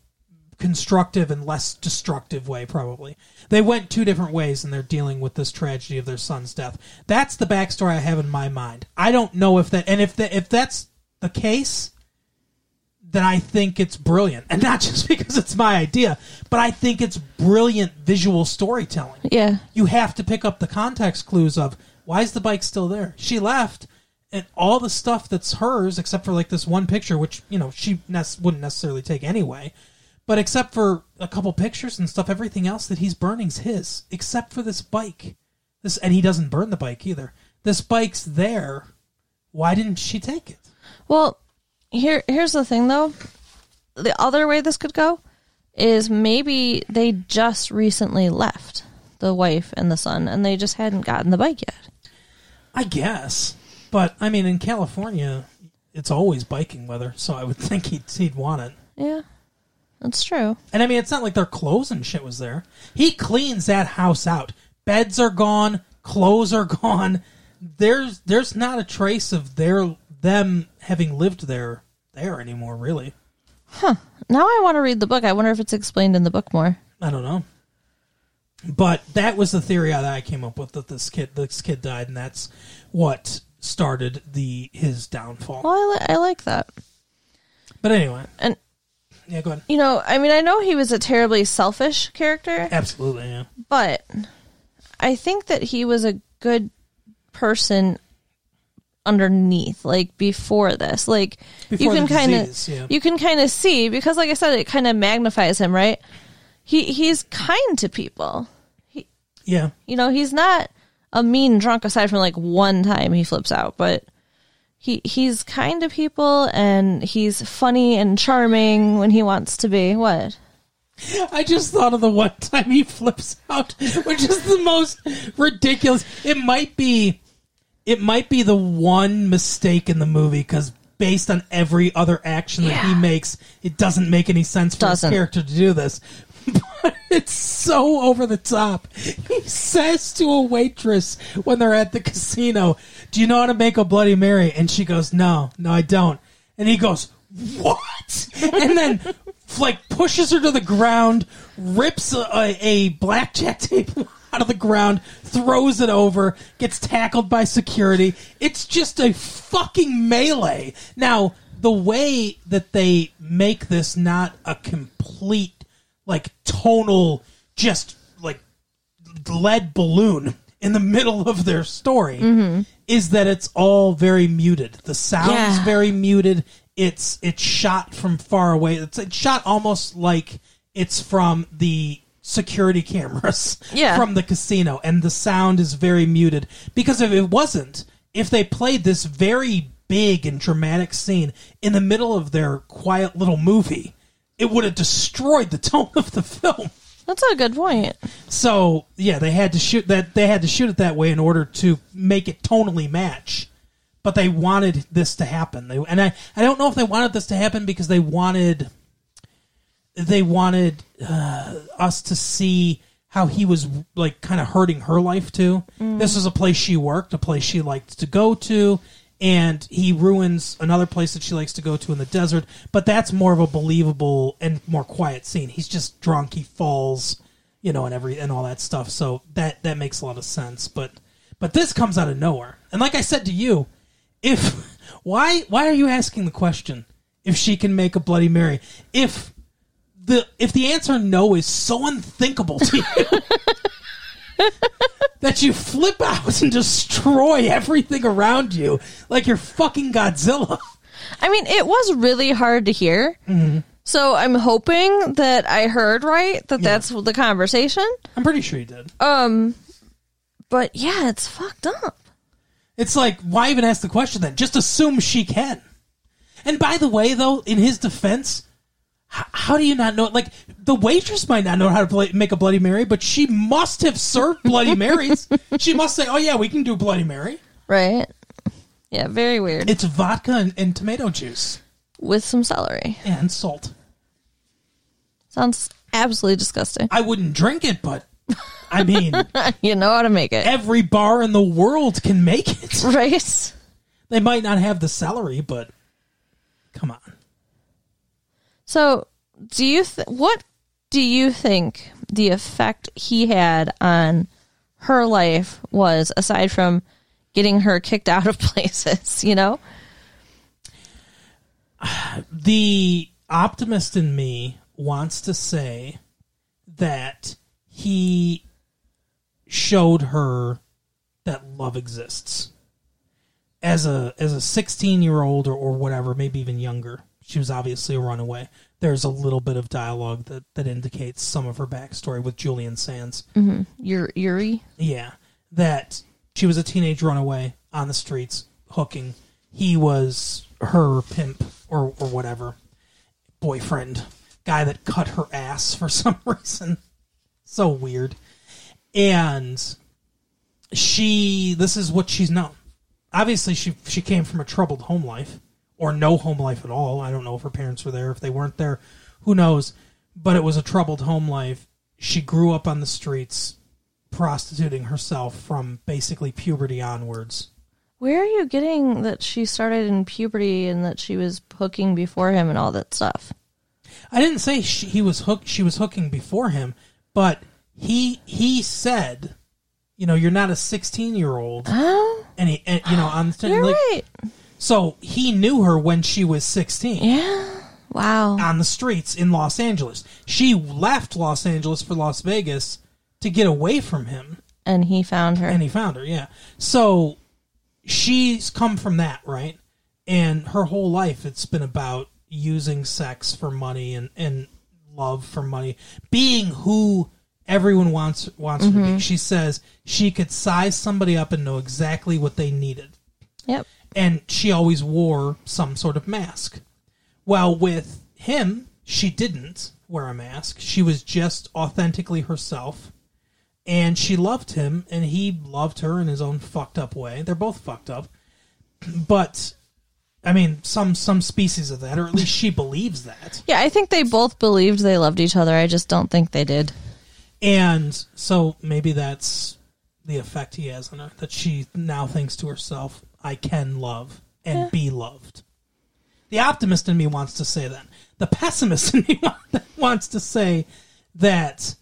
[SPEAKER 1] constructive and less destructive way probably. They went two different ways and they're dealing with this tragedy of their son's death. That's the backstory I have in my mind. I don't know if that and if that if that's the case, then I think it's brilliant. And not *laughs* just because it's my idea, but I think it's brilliant visual storytelling
[SPEAKER 2] Yeah.
[SPEAKER 1] you have to pick up the context clues of why is the bike still there? She left, and all the stuff that's hers, except for like this one picture, which you know she nes- wouldn't necessarily take anyway. But except for a couple pictures and stuff, everything else that he's burning's his, except for this bike. This and he doesn't burn the bike either. This bike's there. Why didn't she take it?
[SPEAKER 2] Well, here here's the thing though. The other way this could go, is maybe they just recently left the wife and the son and they just hadn't gotten the bike yet.
[SPEAKER 1] I guess. But I mean, in California, it's always biking weather, so I would *laughs* think he'd, he'd want it.
[SPEAKER 2] Yeah. That's true.
[SPEAKER 1] And I mean, it's not like their clothes and shit was there. He cleans that house out. Beds are gone, clothes are *laughs* gone. There's there's not a trace of their them having lived there there anymore. Really,
[SPEAKER 2] Now I want to read the book. I wonder if it's explained in the book more.
[SPEAKER 1] I don't know. But that was the theory that I came up with that this kid this kid died, and that's what started the his downfall.
[SPEAKER 2] Well, I, li- I like that.
[SPEAKER 1] But anyway,
[SPEAKER 2] And,
[SPEAKER 1] yeah, go ahead.
[SPEAKER 2] you know, I mean, I know he was a terribly selfish character,
[SPEAKER 1] Absolutely, yeah.
[SPEAKER 2] but I think that he was a good person underneath like before this like
[SPEAKER 1] Before
[SPEAKER 2] you can
[SPEAKER 1] the
[SPEAKER 2] kind of
[SPEAKER 1] disease, yeah.
[SPEAKER 2] you can kind of see because like i said it kind of magnifies him right he he's kind to people
[SPEAKER 1] Yeah.
[SPEAKER 2] you know he's not a mean drunk aside from like one time he flips out but he he's kind to people and he's funny and charming when he wants to be what
[SPEAKER 1] I just thought of the one time he flips out, which is the most ridiculous. It might be, it might be the one mistake in the movie because based on every other action that he
[SPEAKER 2] Yeah.
[SPEAKER 1] makes, it doesn't make any sense for
[SPEAKER 2] Doesn't.
[SPEAKER 1] his character to do this. But *laughs* it's so over the top. He says to a waitress when they're at the casino, "Do you know how to make a Bloody Mary?" And she goes, "No, no, I don't." And he goes, "What?" *laughs* And then f- like pushes her to the ground, rips a, a, a blackjack *laughs* table out of the ground, throws it over, gets tackled by security. It's just a fucking melee. Now, the way that they make this not a complete like tonal just like lead balloon in the *laughs* middle of their story is that it's all very muted. The sound's
[SPEAKER 2] Yeah.
[SPEAKER 1] very muted. It's it's shot from far away. It's, it's shot almost like it's from the security cameras *laughs*
[SPEAKER 2] Yeah.
[SPEAKER 1] from the casino, and the sound is very muted. Because if it wasn't, if they played this very big and dramatic scene in the middle of their quiet little movie, it would have destroyed the tone of the film.
[SPEAKER 2] that's a good point
[SPEAKER 1] So yeah, they had to shoot that. They had to shoot it that way in order to make it tonally match. But they wanted this to happen. They and I, I don't know if they wanted this to happen because they wanted they wanted uh, us to see how he was like kind of hurting her life too. This was a place she worked, a place she liked to go to, and he ruins another place that she likes to go to in the desert. But that's more of a believable and more quiet scene. He's just drunk, he falls, you know, and every and all that stuff. So that that makes a lot of sense. But but this comes out of nowhere. And like I said to you, if *laughs* why why are you asking the question if she can make a bloody mary if the if the answer no is so unthinkable to you *laughs* that you flip out and destroy everything around you like you're fucking godzilla
[SPEAKER 2] I mean, it was really hard to hear. So I'm hoping that I heard right, that that's the conversation.
[SPEAKER 1] i'm pretty sure you did
[SPEAKER 2] But yeah, it's fucked up.
[SPEAKER 1] It's like, why even ask the question then? Just assume she can. And by the way, though, in his defense, h- how do you not know? Like, the waitress might not know how to play, make a Bloody Mary, but she must have served Bloody Marys. she must say, oh, yeah, we can do Bloody Mary.
[SPEAKER 2] Right? Yeah, very weird.
[SPEAKER 1] It's vodka and, and tomato juice
[SPEAKER 2] With some celery.
[SPEAKER 1] and salt.
[SPEAKER 2] Sounds absolutely disgusting. *laughs*
[SPEAKER 1] I wouldn't drink it, but I mean,
[SPEAKER 2] you know how to make it.
[SPEAKER 1] every bar in the world can make it. *laughs*
[SPEAKER 2] Right?
[SPEAKER 1] They might not have the celery, but come on.
[SPEAKER 2] So, do you th- what do you think the effect he had on her life was aside from getting her kicked *laughs* out of places, you know?
[SPEAKER 1] the optimist in me wants to say that he showed her that love exists as a as a 16 year old or, or whatever maybe even younger she was obviously a runaway there's a little bit of dialogue that that indicates some of her backstory with julian sands
[SPEAKER 2] Your eerie
[SPEAKER 1] yeah, that she was a teenage runaway on the streets hooking. He was her pimp or or whatever boyfriend. guy that cut her ass for *laughs* some reason. So weird. And she this is what she's known. Obviously she she came from a troubled home life or no home life at all. I don't know if her parents were there, if they weren't there, who knows. But it was a troubled home life. She grew up on the streets prostituting herself from basically puberty onwards.
[SPEAKER 2] Where are you getting that she started in puberty and that she was hooking before him and all that stuff?
[SPEAKER 1] I didn't say she, he was hook. She was hooking before him, but he he said, you know, you're not a 16 year old,
[SPEAKER 2] Oh,
[SPEAKER 1] and he and, you know on the
[SPEAKER 2] you're
[SPEAKER 1] like,
[SPEAKER 2] right.
[SPEAKER 1] so he knew her when she was 16
[SPEAKER 2] Yeah. Wow.
[SPEAKER 1] on the streets in Los Angeles. She left Los Angeles for Las Vegas to get away from him,
[SPEAKER 2] And he found her.
[SPEAKER 1] and he found her. Yeah, so she's come from that right, and her whole life it's been about using sex for money and and love for money, being who everyone wants wants her to be. She says she could size somebody up and know exactly what they needed
[SPEAKER 2] Yep.
[SPEAKER 1] and she always wore some sort of mask. Well, with him, she didn't wear a mask. She was just authentically herself, and she loved him, and he loved her in his own fucked up way. They're both fucked up, but I mean, some some species of that, or at least she believes that.
[SPEAKER 2] Yeah, I think they both believed they loved each other. I just don't think they did.
[SPEAKER 1] And so maybe that's the effect he has on her that she now thinks to herself, I can love and be loved. The optimist in me wants to say that. The pessimist in me *laughs* wants to say that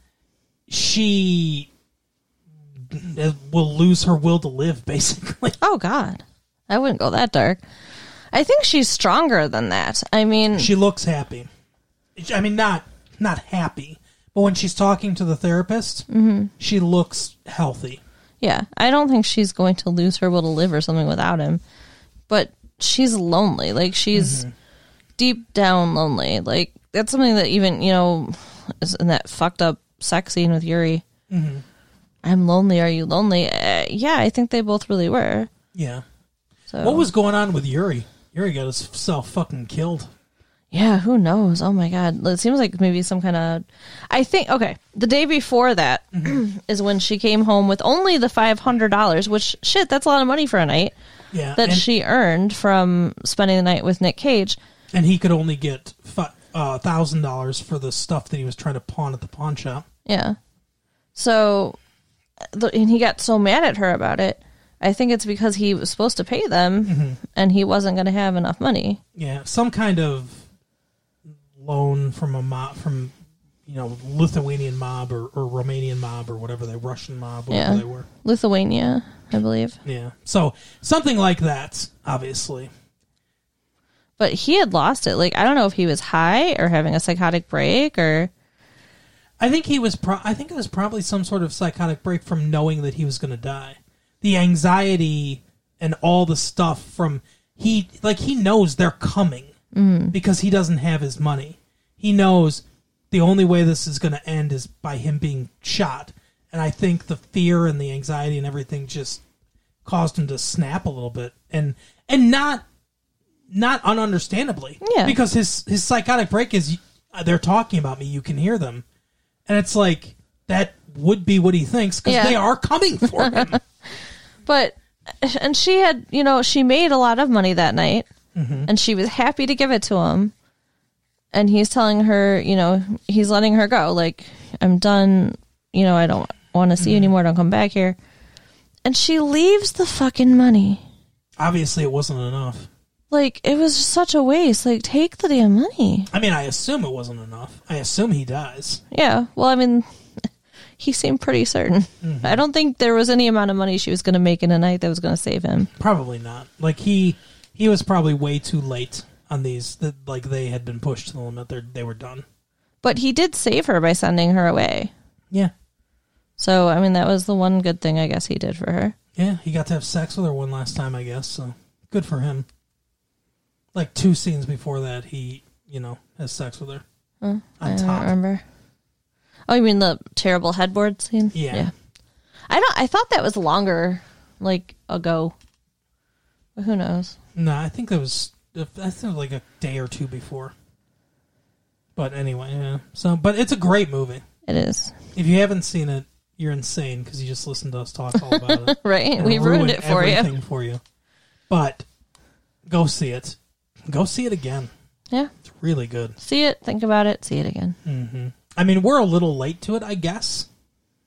[SPEAKER 1] she will lose her will to live, basically.
[SPEAKER 2] Oh God, I wouldn't go that dark. I think she's stronger than that. I mean,
[SPEAKER 1] She looks happy. I mean, not not happy, but when she's talking to the therapist, she looks healthy.
[SPEAKER 2] yeah, I don't think she's going to lose her will to live or something without him. But she's lonely. Like she's deep down lonely. Like that's something that even you know is in that fucked up sex scene with Yuri. I'm lonely. Are you lonely? Uh, yeah, I think they both really were.
[SPEAKER 1] Yeah.
[SPEAKER 2] So
[SPEAKER 1] What was going on with Yuri? Yuri got himself fucking killed.
[SPEAKER 2] Yeah, who knows? Oh my god. It seems like maybe some kind of I think okay, the day before that *clears throat* is when she came home with only the $500, which shit, that's a lot of money for a night
[SPEAKER 1] Yeah,
[SPEAKER 2] that
[SPEAKER 1] and,
[SPEAKER 2] she earned from spending the night with Nick Cage.
[SPEAKER 1] and he could only get uh, thousand dollars for the stuff that he was trying to pawn at the pawn shop.
[SPEAKER 2] Yeah. So the- and he got so mad at her about it. I think it's because he was supposed to pay them and he wasn't going to have enough money.
[SPEAKER 1] Yeah, some kind of loan from a mob, from you know Lithuanian mob or, or Romanian mob or whatever they Russian mob, whatever
[SPEAKER 2] Yeah.
[SPEAKER 1] they were.
[SPEAKER 2] Lithuania, I believe.
[SPEAKER 1] Yeah, so something like that, obviously.
[SPEAKER 2] But he had lost it. Like I don't know if he was high or having a psychotic break or
[SPEAKER 1] I think he was. Pro- I think it was probably some sort of psychotic break from knowing that he was going to die. The anxiety and all the stuff from he like he knows they're coming because he doesn't have his money. He knows the only way this is going to end is by him being shot. And I think the fear and the anxiety and everything just caused him to snap a little bit and and not not ununderstandably
[SPEAKER 2] Yeah.
[SPEAKER 1] because his his psychotic break is uh, they're talking about me you can hear them and it's like that would be what he thinks because
[SPEAKER 2] Yeah.
[SPEAKER 1] they are coming for him
[SPEAKER 2] But and she had, you know, she made a lot of money that night, and she was happy to give it to him. And he's telling her, you know, he's letting her go. Like, I'm done. You know, I don't want to see you anymore. Don't come back here. And she leaves the fucking money.
[SPEAKER 1] obviously it wasn't enough
[SPEAKER 2] Like, it was such a waste. Like, take the damn money.
[SPEAKER 1] i mean i assume it wasn't enough i assume he dies
[SPEAKER 2] Yeah. Well, I mean, *laughs* he seemed pretty certain. I don't think there was any amount of money she was going to make in a night that was going to save him.
[SPEAKER 1] probably not like he he was probably way too late on these that like they had been pushed to the limit they they were done
[SPEAKER 2] But he did save her by sending her away.
[SPEAKER 1] yeah
[SPEAKER 2] So, I mean, that was the one good thing I guess he did for her.
[SPEAKER 1] yeah he got to have sex with her one last time i guess so good for him like two scenes before that he you know has sex with her on
[SPEAKER 2] I
[SPEAKER 1] top
[SPEAKER 2] don't remember. Oh, you mean the terrible headboard scene?
[SPEAKER 1] Yeah.
[SPEAKER 2] I don't. I thought that was longer, like ago. But who knows?
[SPEAKER 1] no i think that was i think it was like a day or two before But anyway, yeah. So, but it's a great movie.
[SPEAKER 2] It is
[SPEAKER 1] If you haven't seen it, you're insane because you just listened to us talk all about
[SPEAKER 2] *laughs*
[SPEAKER 1] it.
[SPEAKER 2] right.
[SPEAKER 1] And
[SPEAKER 2] we ruined it for you.
[SPEAKER 1] everything For you, but go see it. Go see it again.
[SPEAKER 2] Yeah.
[SPEAKER 1] It's really good.
[SPEAKER 2] See it. Think about it. See it again.
[SPEAKER 1] hmm I mean, we're a little late to it, I guess.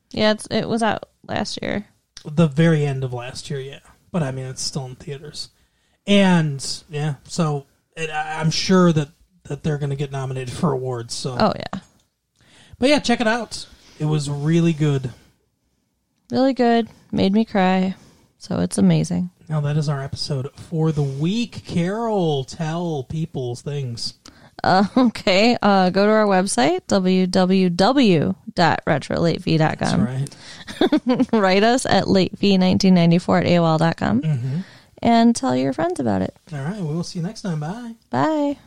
[SPEAKER 2] Yeah. It's, it was out last year.
[SPEAKER 1] The very end of last year, yeah. But I mean, it's still in theaters, and yeah. So it, I, I'm sure that that they're going to get nominated for awards. So,
[SPEAKER 2] Oh yeah.
[SPEAKER 1] but yeah, check it out. It was really good.
[SPEAKER 2] Really good. Made me cry. So it's amazing.
[SPEAKER 1] Now that is our episode for the week. Carol, tell people things.
[SPEAKER 2] Uh, *laughs* okay. Uh, go to our website, www.retrolatefee.com.
[SPEAKER 1] That's right.
[SPEAKER 2] Write us at latefee1994 at AOL.com
[SPEAKER 1] Mhm.
[SPEAKER 2] and tell your friends about it.
[SPEAKER 1] All right. We will see you next time. Bye.
[SPEAKER 2] Bye.